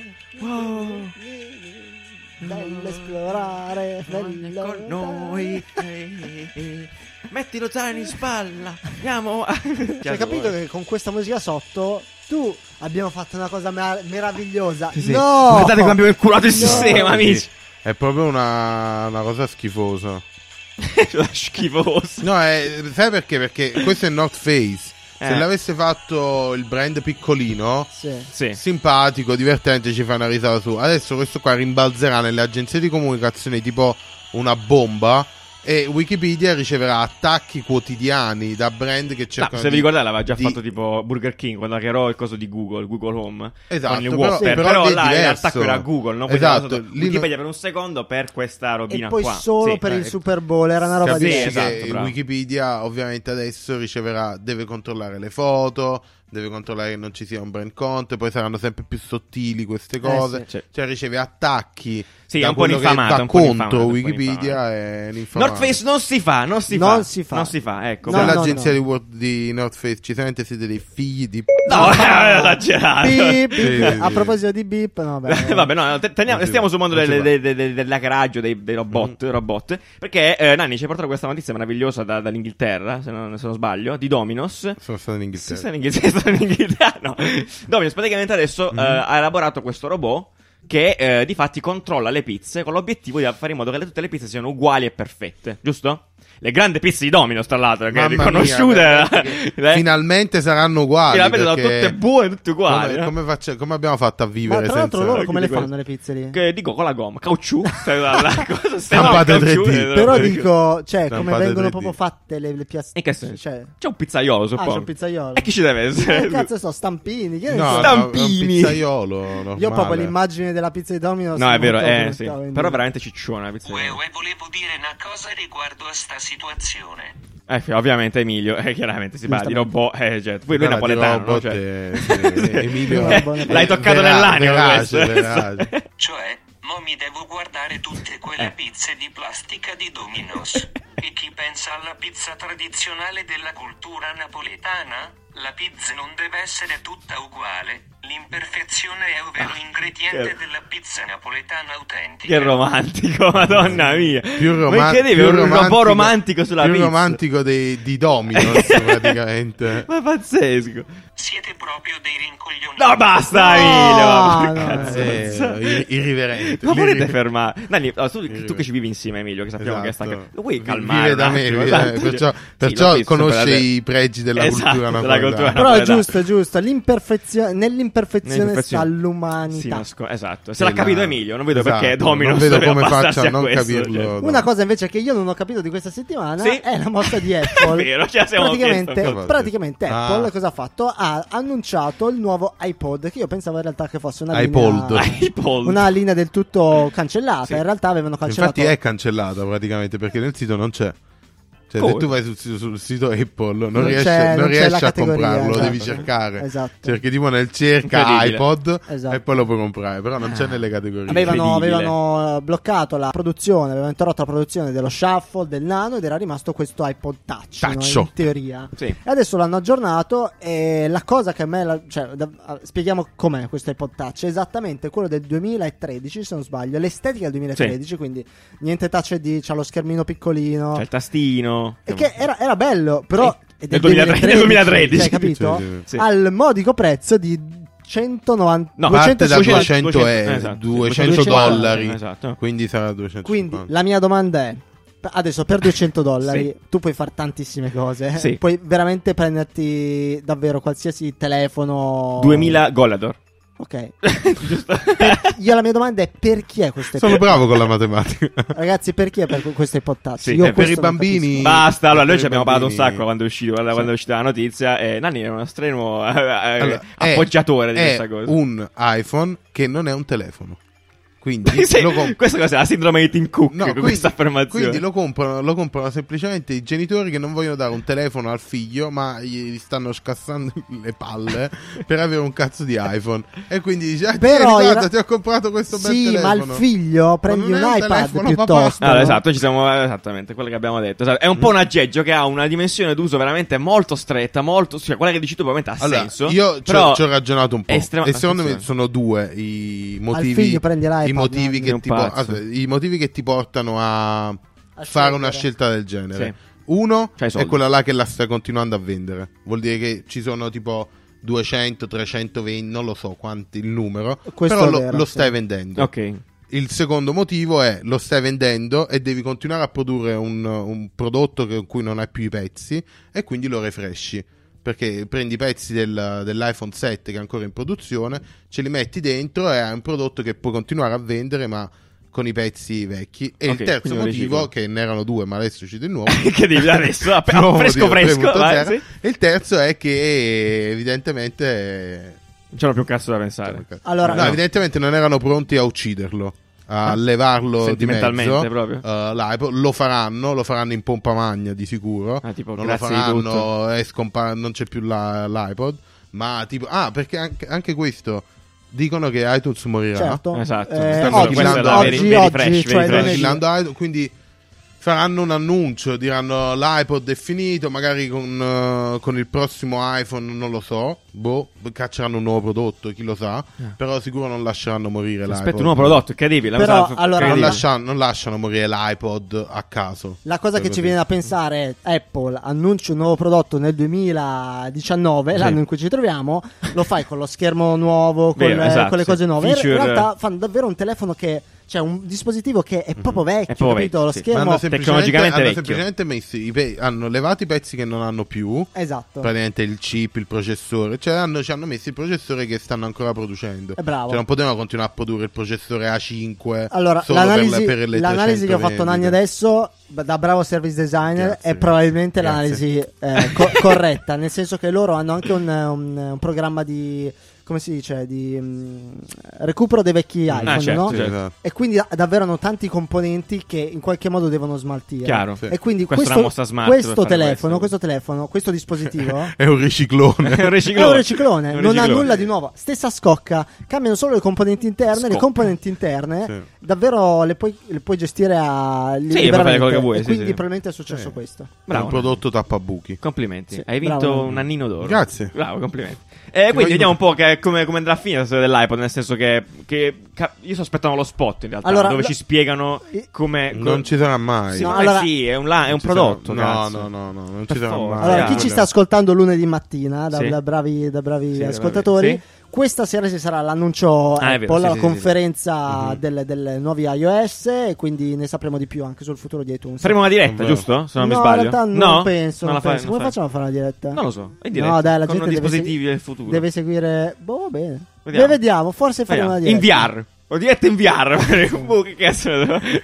Speaker 1: Bello esplorare, bello.
Speaker 2: con noi. eh, eh, eh. Metti lo zaino in spalla. Andiamo. a-
Speaker 1: Cioè, hai capito che con questa musica sotto tu abbiamo fatto una cosa mer- meravigliosa.
Speaker 2: Sì, sì.
Speaker 1: No!
Speaker 2: Guardate come abbiamo inculato il
Speaker 1: No!
Speaker 2: sistema, amici.
Speaker 4: È proprio una, una cosa schifosa.
Speaker 2: La schifosa.
Speaker 4: No, è- sai perché? Perché questo è North Face. Se
Speaker 2: Eh.
Speaker 4: l'avesse fatto il brand piccolino,
Speaker 1: Sì.
Speaker 2: Sì.
Speaker 4: simpatico, divertente, ci fa una risata su. Adesso questo qua rimbalzerà nelle agenzie di comunicazione tipo una bomba E Wikipedia riceverà attacchi quotidiani da brand che
Speaker 2: No, Ah,
Speaker 4: cercano.
Speaker 2: se vi
Speaker 4: di-
Speaker 2: ricordate l'aveva già
Speaker 4: di-
Speaker 2: fatto tipo Burger King quando creò il coso di Google, Google Home.
Speaker 4: Esatto,
Speaker 2: con il
Speaker 4: però-
Speaker 2: Whopper.
Speaker 4: sì, però
Speaker 2: Però,
Speaker 4: lì è
Speaker 2: là
Speaker 4: diverso.
Speaker 2: l'attacco era Google, no? Quindi
Speaker 4: Esatto,
Speaker 2: era stato
Speaker 4: lì
Speaker 2: Wikipedia
Speaker 4: no-
Speaker 2: per un secondo per questa robina
Speaker 1: E poi
Speaker 2: qua.
Speaker 1: solo
Speaker 2: Sì.
Speaker 1: per
Speaker 4: eh,
Speaker 1: il Super Bowl era una roba
Speaker 2: Sì,
Speaker 1: di
Speaker 4: Capisci
Speaker 2: esatto,
Speaker 4: che
Speaker 2: bravo.
Speaker 4: Wikipedia ovviamente adesso riceverà, deve controllare le foto, deve controllare che non ci sia un brand conto, poi saranno sempre più sottili queste cose,
Speaker 2: sì.
Speaker 4: cioè riceve attacchi
Speaker 2: Sì,
Speaker 4: da
Speaker 2: è un po'
Speaker 4: quello che
Speaker 2: infamata,
Speaker 4: dà
Speaker 2: un po' infamata,
Speaker 4: contro
Speaker 2: un po'
Speaker 4: Wikipedia
Speaker 2: infamata.
Speaker 4: e l'infamata.
Speaker 2: North Face non si fa, non si fa.
Speaker 1: Non si fa.
Speaker 2: Non si fa, ecco.
Speaker 1: No,
Speaker 4: Se
Speaker 2: bravo.
Speaker 4: l'agenzia
Speaker 1: no.
Speaker 4: di, Word- di North Face ci sente siete dei figli di...
Speaker 2: No, è esagerato.
Speaker 1: Beep, beep.
Speaker 4: Sì, sì,
Speaker 1: A
Speaker 4: sì.
Speaker 1: proposito di beep, no, vabbè.
Speaker 2: Vabbè, no, no, te- teniamo-
Speaker 4: Non si
Speaker 2: stiamo
Speaker 4: va,
Speaker 2: sul mondo
Speaker 4: non
Speaker 2: del,
Speaker 4: si Mm. va.
Speaker 2: del, del- del hackeraggio dei, dei robot, robot. Perché eh, Nanni ci ha portato questa notizia meravigliosa da- dall'Inghilterra, se non, se non sbaglio, di Dominos.
Speaker 4: Sono stato in
Speaker 2: Sì,
Speaker 4: Inghilterra.
Speaker 2: sta in Inghilterra, sta in Inghilterra, no. Dominus praticamente adesso
Speaker 4: Mm-hmm.
Speaker 2: eh, ha elaborato questo robot che eh, di fatti controlla le pizze con l'obiettivo di fare in modo che le- tutte le pizze siano uguali e perfette, giusto? Le grandi pizze di Dominos, tra l'altro, che
Speaker 4: Mamma mia,
Speaker 2: riconosciute.
Speaker 4: veramente che
Speaker 2: eh,
Speaker 4: Finalmente saranno uguali.
Speaker 2: finalmente sono
Speaker 4: perché-
Speaker 2: tutte buone, tutte uguali. eh.
Speaker 4: Come,
Speaker 2: no?
Speaker 4: come faccia- come abbiamo fatto a
Speaker 1: Ma
Speaker 4: vivere
Speaker 1: tra
Speaker 4: senza...
Speaker 1: l'altro loro
Speaker 2: Anche
Speaker 1: come
Speaker 2: di
Speaker 1: le
Speaker 2: quello.
Speaker 1: fanno le pizze lì?
Speaker 2: Che dico con la gomma, caucciù. sai, la- la cosa- se no,
Speaker 4: Stampate
Speaker 2: caucciù,
Speaker 4: 3D.
Speaker 2: eh, no,
Speaker 1: Però
Speaker 2: perché-
Speaker 1: dico, cioè, come
Speaker 4: Stampate
Speaker 1: vengono
Speaker 4: 3D.
Speaker 1: proprio fatte le, le piastre.
Speaker 2: In che senso?
Speaker 1: Cioè,
Speaker 2: C'è un pizzaiolo,
Speaker 1: ah,
Speaker 2: suppongo.
Speaker 1: c'è un pizzaiolo.
Speaker 2: E chi ci deve essere?
Speaker 1: Che cazzo so, stampini. Che ne
Speaker 4: No,
Speaker 1: so?
Speaker 4: no, è un
Speaker 2: Stampini.
Speaker 4: pizzaiolo normale.
Speaker 1: Io proprio l'immagine della pizza di Domino's.
Speaker 2: No, è
Speaker 1: non
Speaker 2: vero,
Speaker 1: so
Speaker 2: eh,
Speaker 1: come
Speaker 2: sì.
Speaker 1: sta vendendo.
Speaker 2: Però veramente cicciona la pizza.
Speaker 6: Uè, uè, volevo dire una cosa riguardo a sta situazione.
Speaker 2: Eh, sì, ovviamente Emilio, eh, chiaramente si parla di robot, eh, cioè, poi lui è
Speaker 4: Guarda, di
Speaker 2: napoletano, no?
Speaker 4: robot,
Speaker 2: Cioè-
Speaker 4: eh, sì, Emilio-
Speaker 2: Eh, l'hai
Speaker 4: eh,
Speaker 2: toccato
Speaker 4: vera-
Speaker 2: nell'anima questo.
Speaker 4: verace, verace.
Speaker 6: Cioè, mo mi devo guardare tutte
Speaker 2: Eh.
Speaker 6: quelle pizze di plastica di Domino's. E chi pensa alla pizza tradizionale della cultura napoletana? La pizza non deve essere tutta uguale. L'imperfezione è ovvero ingrediente
Speaker 2: che-
Speaker 6: della pizza napoletana autentica.
Speaker 2: Che romantico, madonna mia.
Speaker 4: Più,
Speaker 2: Ma
Speaker 4: roman-
Speaker 2: incredibile,
Speaker 4: più
Speaker 2: un robot
Speaker 4: romantico-
Speaker 2: romantico sulla
Speaker 4: più
Speaker 2: pizza.
Speaker 4: romantico dei- di Dominos praticamente. Eh,
Speaker 2: Ma pazzesco.
Speaker 6: Siete proprio dei rincoglioniti.
Speaker 2: No, basta,
Speaker 1: No,
Speaker 2: Emilio.
Speaker 1: no,
Speaker 2: ma cazzo,
Speaker 4: eh,
Speaker 2: non so.
Speaker 4: ir- irriverente.
Speaker 2: Ma volete
Speaker 4: L'irri-
Speaker 2: fermare? Nanni, allora, tu, tu che
Speaker 4: Irriverente.
Speaker 2: ci vivi insieme, Emilio, che sappiamo che sta.
Speaker 4: Esatto.
Speaker 2: Lo vuoi
Speaker 4: Vi-
Speaker 2: calmare?
Speaker 4: vive
Speaker 2: un
Speaker 4: da me,
Speaker 2: attimo,
Speaker 4: vive da me,
Speaker 2: esatto,
Speaker 4: perciò-
Speaker 2: cioè- sì,
Speaker 4: perciò
Speaker 2: l'ho visto,
Speaker 4: conosce
Speaker 2: però-
Speaker 4: i pregi della
Speaker 2: Esatto,
Speaker 4: cultura
Speaker 2: della
Speaker 4: napoletana.
Speaker 2: cultura
Speaker 1: Però è
Speaker 2: napoletana.
Speaker 1: giusto, è giusto. L'imperfezio- Nell'imperfezione sta
Speaker 2: Nell'imperfezione. Sì,
Speaker 1: l'umanità.
Speaker 2: ma sco- esatto. Se l'ha
Speaker 4: della-
Speaker 2: capito Emilio, non vedo
Speaker 4: Esatto,
Speaker 2: perché Domino
Speaker 4: non vedo
Speaker 2: deve
Speaker 4: come
Speaker 2: abbassarsi
Speaker 4: faccia a non
Speaker 2: questo,
Speaker 4: capirlo.
Speaker 2: cioè.
Speaker 1: Una cosa invece che io non ho capito di questa settimana
Speaker 2: Sì.
Speaker 1: è la mossa di Apple.
Speaker 2: È vero, ce la siamo chiesti
Speaker 1: praticamente,
Speaker 2: un po'.
Speaker 1: praticamente
Speaker 4: Ah.
Speaker 1: Apple cosa ha fatto? Ha annunciato il nuovo iPod, che io pensavo in realtà che fosse una
Speaker 4: iPod.
Speaker 1: linea
Speaker 2: iPod.
Speaker 1: una linea del tutto cancellata.
Speaker 2: Sì.
Speaker 1: In realtà avevano cancellato
Speaker 4: Infatti è cancellata praticamente perché nel sito non c'è. Cioè,
Speaker 2: Come?
Speaker 4: se tu vai sul, sito- sul sito Apple non,
Speaker 1: Non
Speaker 4: riesci,
Speaker 1: c'è-
Speaker 4: non
Speaker 1: non c'è
Speaker 4: riesci
Speaker 1: la
Speaker 4: a
Speaker 1: categoria,
Speaker 4: comprarlo,
Speaker 1: esatto.
Speaker 4: devi cercare.
Speaker 1: Esatto.
Speaker 4: Cerchi tipo nel cerca
Speaker 2: Incredibile.
Speaker 4: iPod
Speaker 1: Esatto. Ah.
Speaker 4: e poi lo puoi comprare, però non c'è nelle categorie.
Speaker 1: Avevano,
Speaker 2: Incredibile.
Speaker 1: avevano, eh, bloccato la produzione, avevano interrotto la produzione dello shuffle, del nano ed era rimasto questo iPod Touch, no,
Speaker 4: Taccio.
Speaker 1: in teoria.
Speaker 2: Sì.
Speaker 1: E adesso l'hanno aggiornato e la cosa che a me... la- cioè, da- a- spieghiamo com'è questo iPod Touch. È esattamente quello del 2013, se non sbaglio. è L'estetica del 2013, quindi niente Touch ID, c'ha lo schermino piccolino.
Speaker 2: C'è il tastino.
Speaker 1: E che era, era bello, però...
Speaker 2: Sì.
Speaker 1: è
Speaker 2: Del 2013,
Speaker 1: cioè,
Speaker 2: sì,
Speaker 1: capito?
Speaker 4: sì,
Speaker 2: sì.
Speaker 1: Al modico prezzo di... 190
Speaker 2: No,
Speaker 4: Parte da
Speaker 1: 250
Speaker 4: 200,
Speaker 2: 200,
Speaker 4: eh,
Speaker 2: esatto, sì,
Speaker 4: 200
Speaker 1: 250,
Speaker 4: dollari,
Speaker 2: esatto.
Speaker 4: quindi sarà 250.
Speaker 1: Quindi la mia domanda è: p- adesso per 200 dollari
Speaker 2: Sì.
Speaker 1: tu puoi fare tantissime cose. eh?
Speaker 2: Sì.
Speaker 1: Puoi veramente prenderti davvero qualsiasi telefono.
Speaker 2: 2000 Golador.
Speaker 1: Ok.
Speaker 2: Giusto?
Speaker 1: Io la mia domanda è: per chi è questo
Speaker 4: Sono
Speaker 1: iPod?
Speaker 4: bravo con la matematica.
Speaker 1: Ragazzi, per chi è per questo iPod Touch?
Speaker 2: Sì,
Speaker 1: Io
Speaker 2: è per
Speaker 1: questo
Speaker 4: i
Speaker 1: non
Speaker 4: bambini.
Speaker 1: capisco.
Speaker 2: Basta, allora noi
Speaker 4: Per
Speaker 2: ci
Speaker 4: i
Speaker 2: abbiamo parlato un
Speaker 4: bambini.
Speaker 2: sacco quando è uscito- quando è uscita la notizia. E Nanni era uno strenuo eh, eh,
Speaker 4: Allora, è-
Speaker 2: appoggiatore di
Speaker 4: è
Speaker 2: questa cosa.
Speaker 4: un iPhone che non è un telefono. Quindi
Speaker 2: Sì,
Speaker 4: lo comp-
Speaker 2: questa cosa è la sindrome di Tim Cook
Speaker 4: No,
Speaker 2: con questa affermazione.
Speaker 4: quindi lo comprano, lo comprano semplicemente i genitori che non vogliono dare un telefono al figlio, ma gli stanno scassando le palle per avere un cazzo di iPhone. E quindi dice: ah,
Speaker 1: Però
Speaker 4: tieni,
Speaker 1: io-
Speaker 4: guarda, ti ho comprato questo bel
Speaker 1: Sì,
Speaker 4: telefono.
Speaker 1: ma il figlio prendi
Speaker 4: non
Speaker 1: un
Speaker 4: è un
Speaker 1: iPad
Speaker 4: telefono,
Speaker 1: piuttosto.
Speaker 2: Allora,
Speaker 1: no?
Speaker 2: esatto, ci siamo eh, esattamente quello che abbiamo detto. Esatto, È un po' un aggeggio che ha una dimensione d'uso veramente molto stretta, molto. Cioè, quella che dici tu, ovviamente ha
Speaker 4: Allora,
Speaker 2: senso.
Speaker 4: io ci ho-
Speaker 2: però
Speaker 4: ci ho ragionato un po'.
Speaker 2: è estrema-
Speaker 4: e secondo me
Speaker 2: attenzione.
Speaker 4: sono due i
Speaker 1: figlio
Speaker 4: motivi,
Speaker 1: prendi l'iPad, eh,
Speaker 4: i, motivi
Speaker 1: no?
Speaker 2: È
Speaker 4: che
Speaker 2: un
Speaker 4: ti po-
Speaker 2: pazzo.
Speaker 4: aspetta, i motivi che ti portano a, fare
Speaker 1: scegliere.
Speaker 4: una scelta del genere.
Speaker 2: Sì.
Speaker 4: Uno
Speaker 2: C'hai
Speaker 4: è
Speaker 2: soldi.
Speaker 4: quella là che la stai continuando a vendere. Vuol dire che ci sono tipo 200, 320, non lo so quanti il numero,
Speaker 1: Questo
Speaker 4: però
Speaker 1: è
Speaker 4: lo,
Speaker 1: vero,
Speaker 4: lo
Speaker 1: sì.
Speaker 4: stai vendendo.
Speaker 2: Ok.
Speaker 4: Il secondo motivo è lo stai vendendo e devi continuare a produrre un, un prodotto che- con cui non hai più i pezzi e quindi lo refreshi. Perché prendi i pezzi del- dell'iPhone 7 che è ancora in produzione, ce li metti dentro e hai un prodotto che puoi continuare a vendere ma con i pezzi vecchi. E
Speaker 2: Ok,
Speaker 4: il terzo
Speaker 2: quindi lo
Speaker 4: motivo,
Speaker 2: riciclo.
Speaker 4: che ne erano due, ma adesso è uscito il nuovo.
Speaker 2: che devi adesso, app-
Speaker 4: Nuovo
Speaker 2: fresco
Speaker 4: motivo,
Speaker 2: fresco,
Speaker 4: 3.0.
Speaker 2: vai, sì.
Speaker 4: E il terzo è che evidentemente...
Speaker 2: Non c'era più un cazzo da pensare.
Speaker 1: Allora,
Speaker 4: no,
Speaker 1: no.
Speaker 4: evidentemente non erano pronti a ucciderlo, a levarlo di
Speaker 2: Ah, Sentimentalmente,
Speaker 4: mezzo.
Speaker 2: proprio.
Speaker 4: eh, l'iPod. lo faranno, lo faranno in pompa magna di sicuro.
Speaker 2: Ah, tipo,
Speaker 4: non lo
Speaker 2: grazie di tutto.
Speaker 4: faranno, è scompa- non c'è più la- l'iPod. Ma tipo, ah, perché anche, anche questo dicono che iTunes morirà.
Speaker 1: certo.
Speaker 2: Esatto.
Speaker 1: Eh,
Speaker 4: Stanno
Speaker 1: oggi,
Speaker 4: vigilando la veri-
Speaker 1: oggi,
Speaker 2: veri
Speaker 1: oggi,
Speaker 2: fresh,
Speaker 1: cioè
Speaker 2: veri fresh.
Speaker 4: Stanno
Speaker 1: lunedì.
Speaker 4: vigilando iTunes, quindi faranno un annuncio, diranno l'iPod è finito, magari con, eh, con il prossimo iPhone, non lo so, boh, cacceranno un nuovo prodotto, chi lo sa, però sicuro non lasceranno morire l'iPod.
Speaker 2: Aspetta, Eh. un nuovo prodotto, incredibile. la
Speaker 1: Però,
Speaker 2: cosa fa-
Speaker 1: allora,
Speaker 4: Non,
Speaker 2: incredibile.
Speaker 1: lascia-
Speaker 4: lasciano, non lasciano morire l'iPod a caso. Cioè,
Speaker 1: La cosa che ci
Speaker 4: Per così.
Speaker 1: viene da pensare è Apple annuncia un nuovo prodotto nel 2019,
Speaker 2: Sì.
Speaker 1: l'anno in cui ci troviamo, lo fai con lo schermo nuovo, col-
Speaker 2: Vero, esatto,
Speaker 1: con le
Speaker 2: sì.
Speaker 1: cose nuove.
Speaker 2: Feature-
Speaker 1: In realtà fanno davvero un telefono che cioè un dispositivo che è proprio vecchio,
Speaker 2: Mhm. È proprio
Speaker 1: capito?
Speaker 2: vecchio,
Speaker 1: lo
Speaker 2: sì.
Speaker 1: schermo
Speaker 4: hanno semplicemente,
Speaker 2: tecnologicamente
Speaker 4: hanno
Speaker 2: vecchio.
Speaker 4: semplicemente messo i pe- hanno levato i pezzi che non hanno più.
Speaker 1: Esatto.
Speaker 4: Praticamente il chip, il processore, cioè hanno- ci hanno messo il processore che stanno ancora producendo.
Speaker 1: Eh, bravo.
Speaker 4: Cioè non potevano continuare a produrre il processore A5
Speaker 1: Allora,
Speaker 4: solo per le-
Speaker 1: l'analisi,
Speaker 4: per le
Speaker 1: l'analisi che ha
Speaker 4: 300
Speaker 1: fatto Nanni
Speaker 4: vendite.
Speaker 1: adesso, b- da bravo service designer,
Speaker 4: Grazie.
Speaker 1: è probabilmente
Speaker 4: Grazie.
Speaker 1: l'analisi eh, co- corretta, nel senso che loro hanno anche un, un- un programma di, come si dice, di mm, recupero dei vecchi iPhone,
Speaker 2: certo,
Speaker 1: no?
Speaker 2: certo.
Speaker 4: Sì, esatto.
Speaker 1: E quindi da- davvero hanno tanti componenti che in qualche modo devono smaltire.
Speaker 2: Chiaro.
Speaker 4: Sì.
Speaker 1: E quindi
Speaker 2: Questa è
Speaker 1: questo,
Speaker 2: una mossa smart
Speaker 1: questo
Speaker 2: per fare
Speaker 1: telefono, questo
Speaker 2: questo.
Speaker 1: telefono, questo dispositivo
Speaker 4: È un riciclone.
Speaker 2: È un
Speaker 1: è
Speaker 2: riciclone.
Speaker 1: un riciclone,
Speaker 2: È un
Speaker 1: non ha
Speaker 2: riciclone.
Speaker 1: nulla di nuovo. Stessa scocca, cambiano solo le componenti interne. Le
Speaker 2: Scocca.
Speaker 1: componenti interne
Speaker 4: Sì.
Speaker 1: davvero le puoi, le puoi gestire a li-
Speaker 2: puoi
Speaker 1: liberamente,
Speaker 2: fare quello che vuoi,
Speaker 1: e
Speaker 2: sì,
Speaker 1: quindi
Speaker 2: sì.
Speaker 1: probabilmente è successo questo.
Speaker 4: È
Speaker 2: Bravo.
Speaker 4: un prodotto tappabuchi.
Speaker 2: Complimenti,
Speaker 1: Sì,
Speaker 2: hai vinto
Speaker 1: bravo.
Speaker 2: un annino d'oro.
Speaker 4: Grazie.
Speaker 2: Bravo, complimenti. Eh, quindi
Speaker 4: voglio-
Speaker 2: vediamo un po' che- come, come andrà a finire la storia dell'iPod. Nel senso che, che ca- io sto aspettando lo spot in realtà,
Speaker 1: Allora,
Speaker 2: dove
Speaker 1: la-
Speaker 2: ci spiegano come.
Speaker 4: Non ci sarà mai.
Speaker 2: Eh, Sì,
Speaker 1: No,
Speaker 2: ma
Speaker 1: allora-
Speaker 2: sì, è un, la- è un
Speaker 4: Non ci sarà-
Speaker 2: prodotto.
Speaker 4: No,
Speaker 2: cazzo.
Speaker 4: no, no, no, non
Speaker 2: Per
Speaker 4: ci sarà
Speaker 2: forza.
Speaker 4: mai.
Speaker 1: Allora,
Speaker 2: Ah,
Speaker 1: chi
Speaker 2: sì.
Speaker 1: ci sta ascoltando lunedì mattina, da,
Speaker 2: Sì.
Speaker 1: da bravi, da bravi
Speaker 2: Sì,
Speaker 1: ascoltatori,
Speaker 2: vabbè,
Speaker 1: questa sera ci sarà l'annuncio
Speaker 2: Ah, è
Speaker 1: Apple,
Speaker 2: vero, sì,
Speaker 1: la
Speaker 2: sì, Mm-hmm. sì,
Speaker 1: conferenza delle, delle nuovi iOS, e quindi ne sapremo di più anche sul futuro di iTunes.
Speaker 2: Faremo una diretta,
Speaker 4: Vero.
Speaker 2: giusto? Se non
Speaker 1: no,
Speaker 2: mi sbaglio.
Speaker 1: in realtà non
Speaker 2: no?
Speaker 1: penso. non
Speaker 2: Non la fai-
Speaker 1: penso.
Speaker 2: non
Speaker 1: Come
Speaker 2: fai-
Speaker 1: facciamo a fare una diretta?
Speaker 2: Non lo so, è in diretta,
Speaker 1: No, dai, la
Speaker 2: con
Speaker 1: gente deve
Speaker 2: dispositivi
Speaker 1: segui-
Speaker 2: del futuro.
Speaker 1: Deve seguire. Boh, bene.
Speaker 2: Vediamo.
Speaker 1: Beh, vediamo, forse faremo una
Speaker 2: Vediamo.
Speaker 1: diretta.
Speaker 2: In VR. Ho diretta in VR. Boh, che cazzo.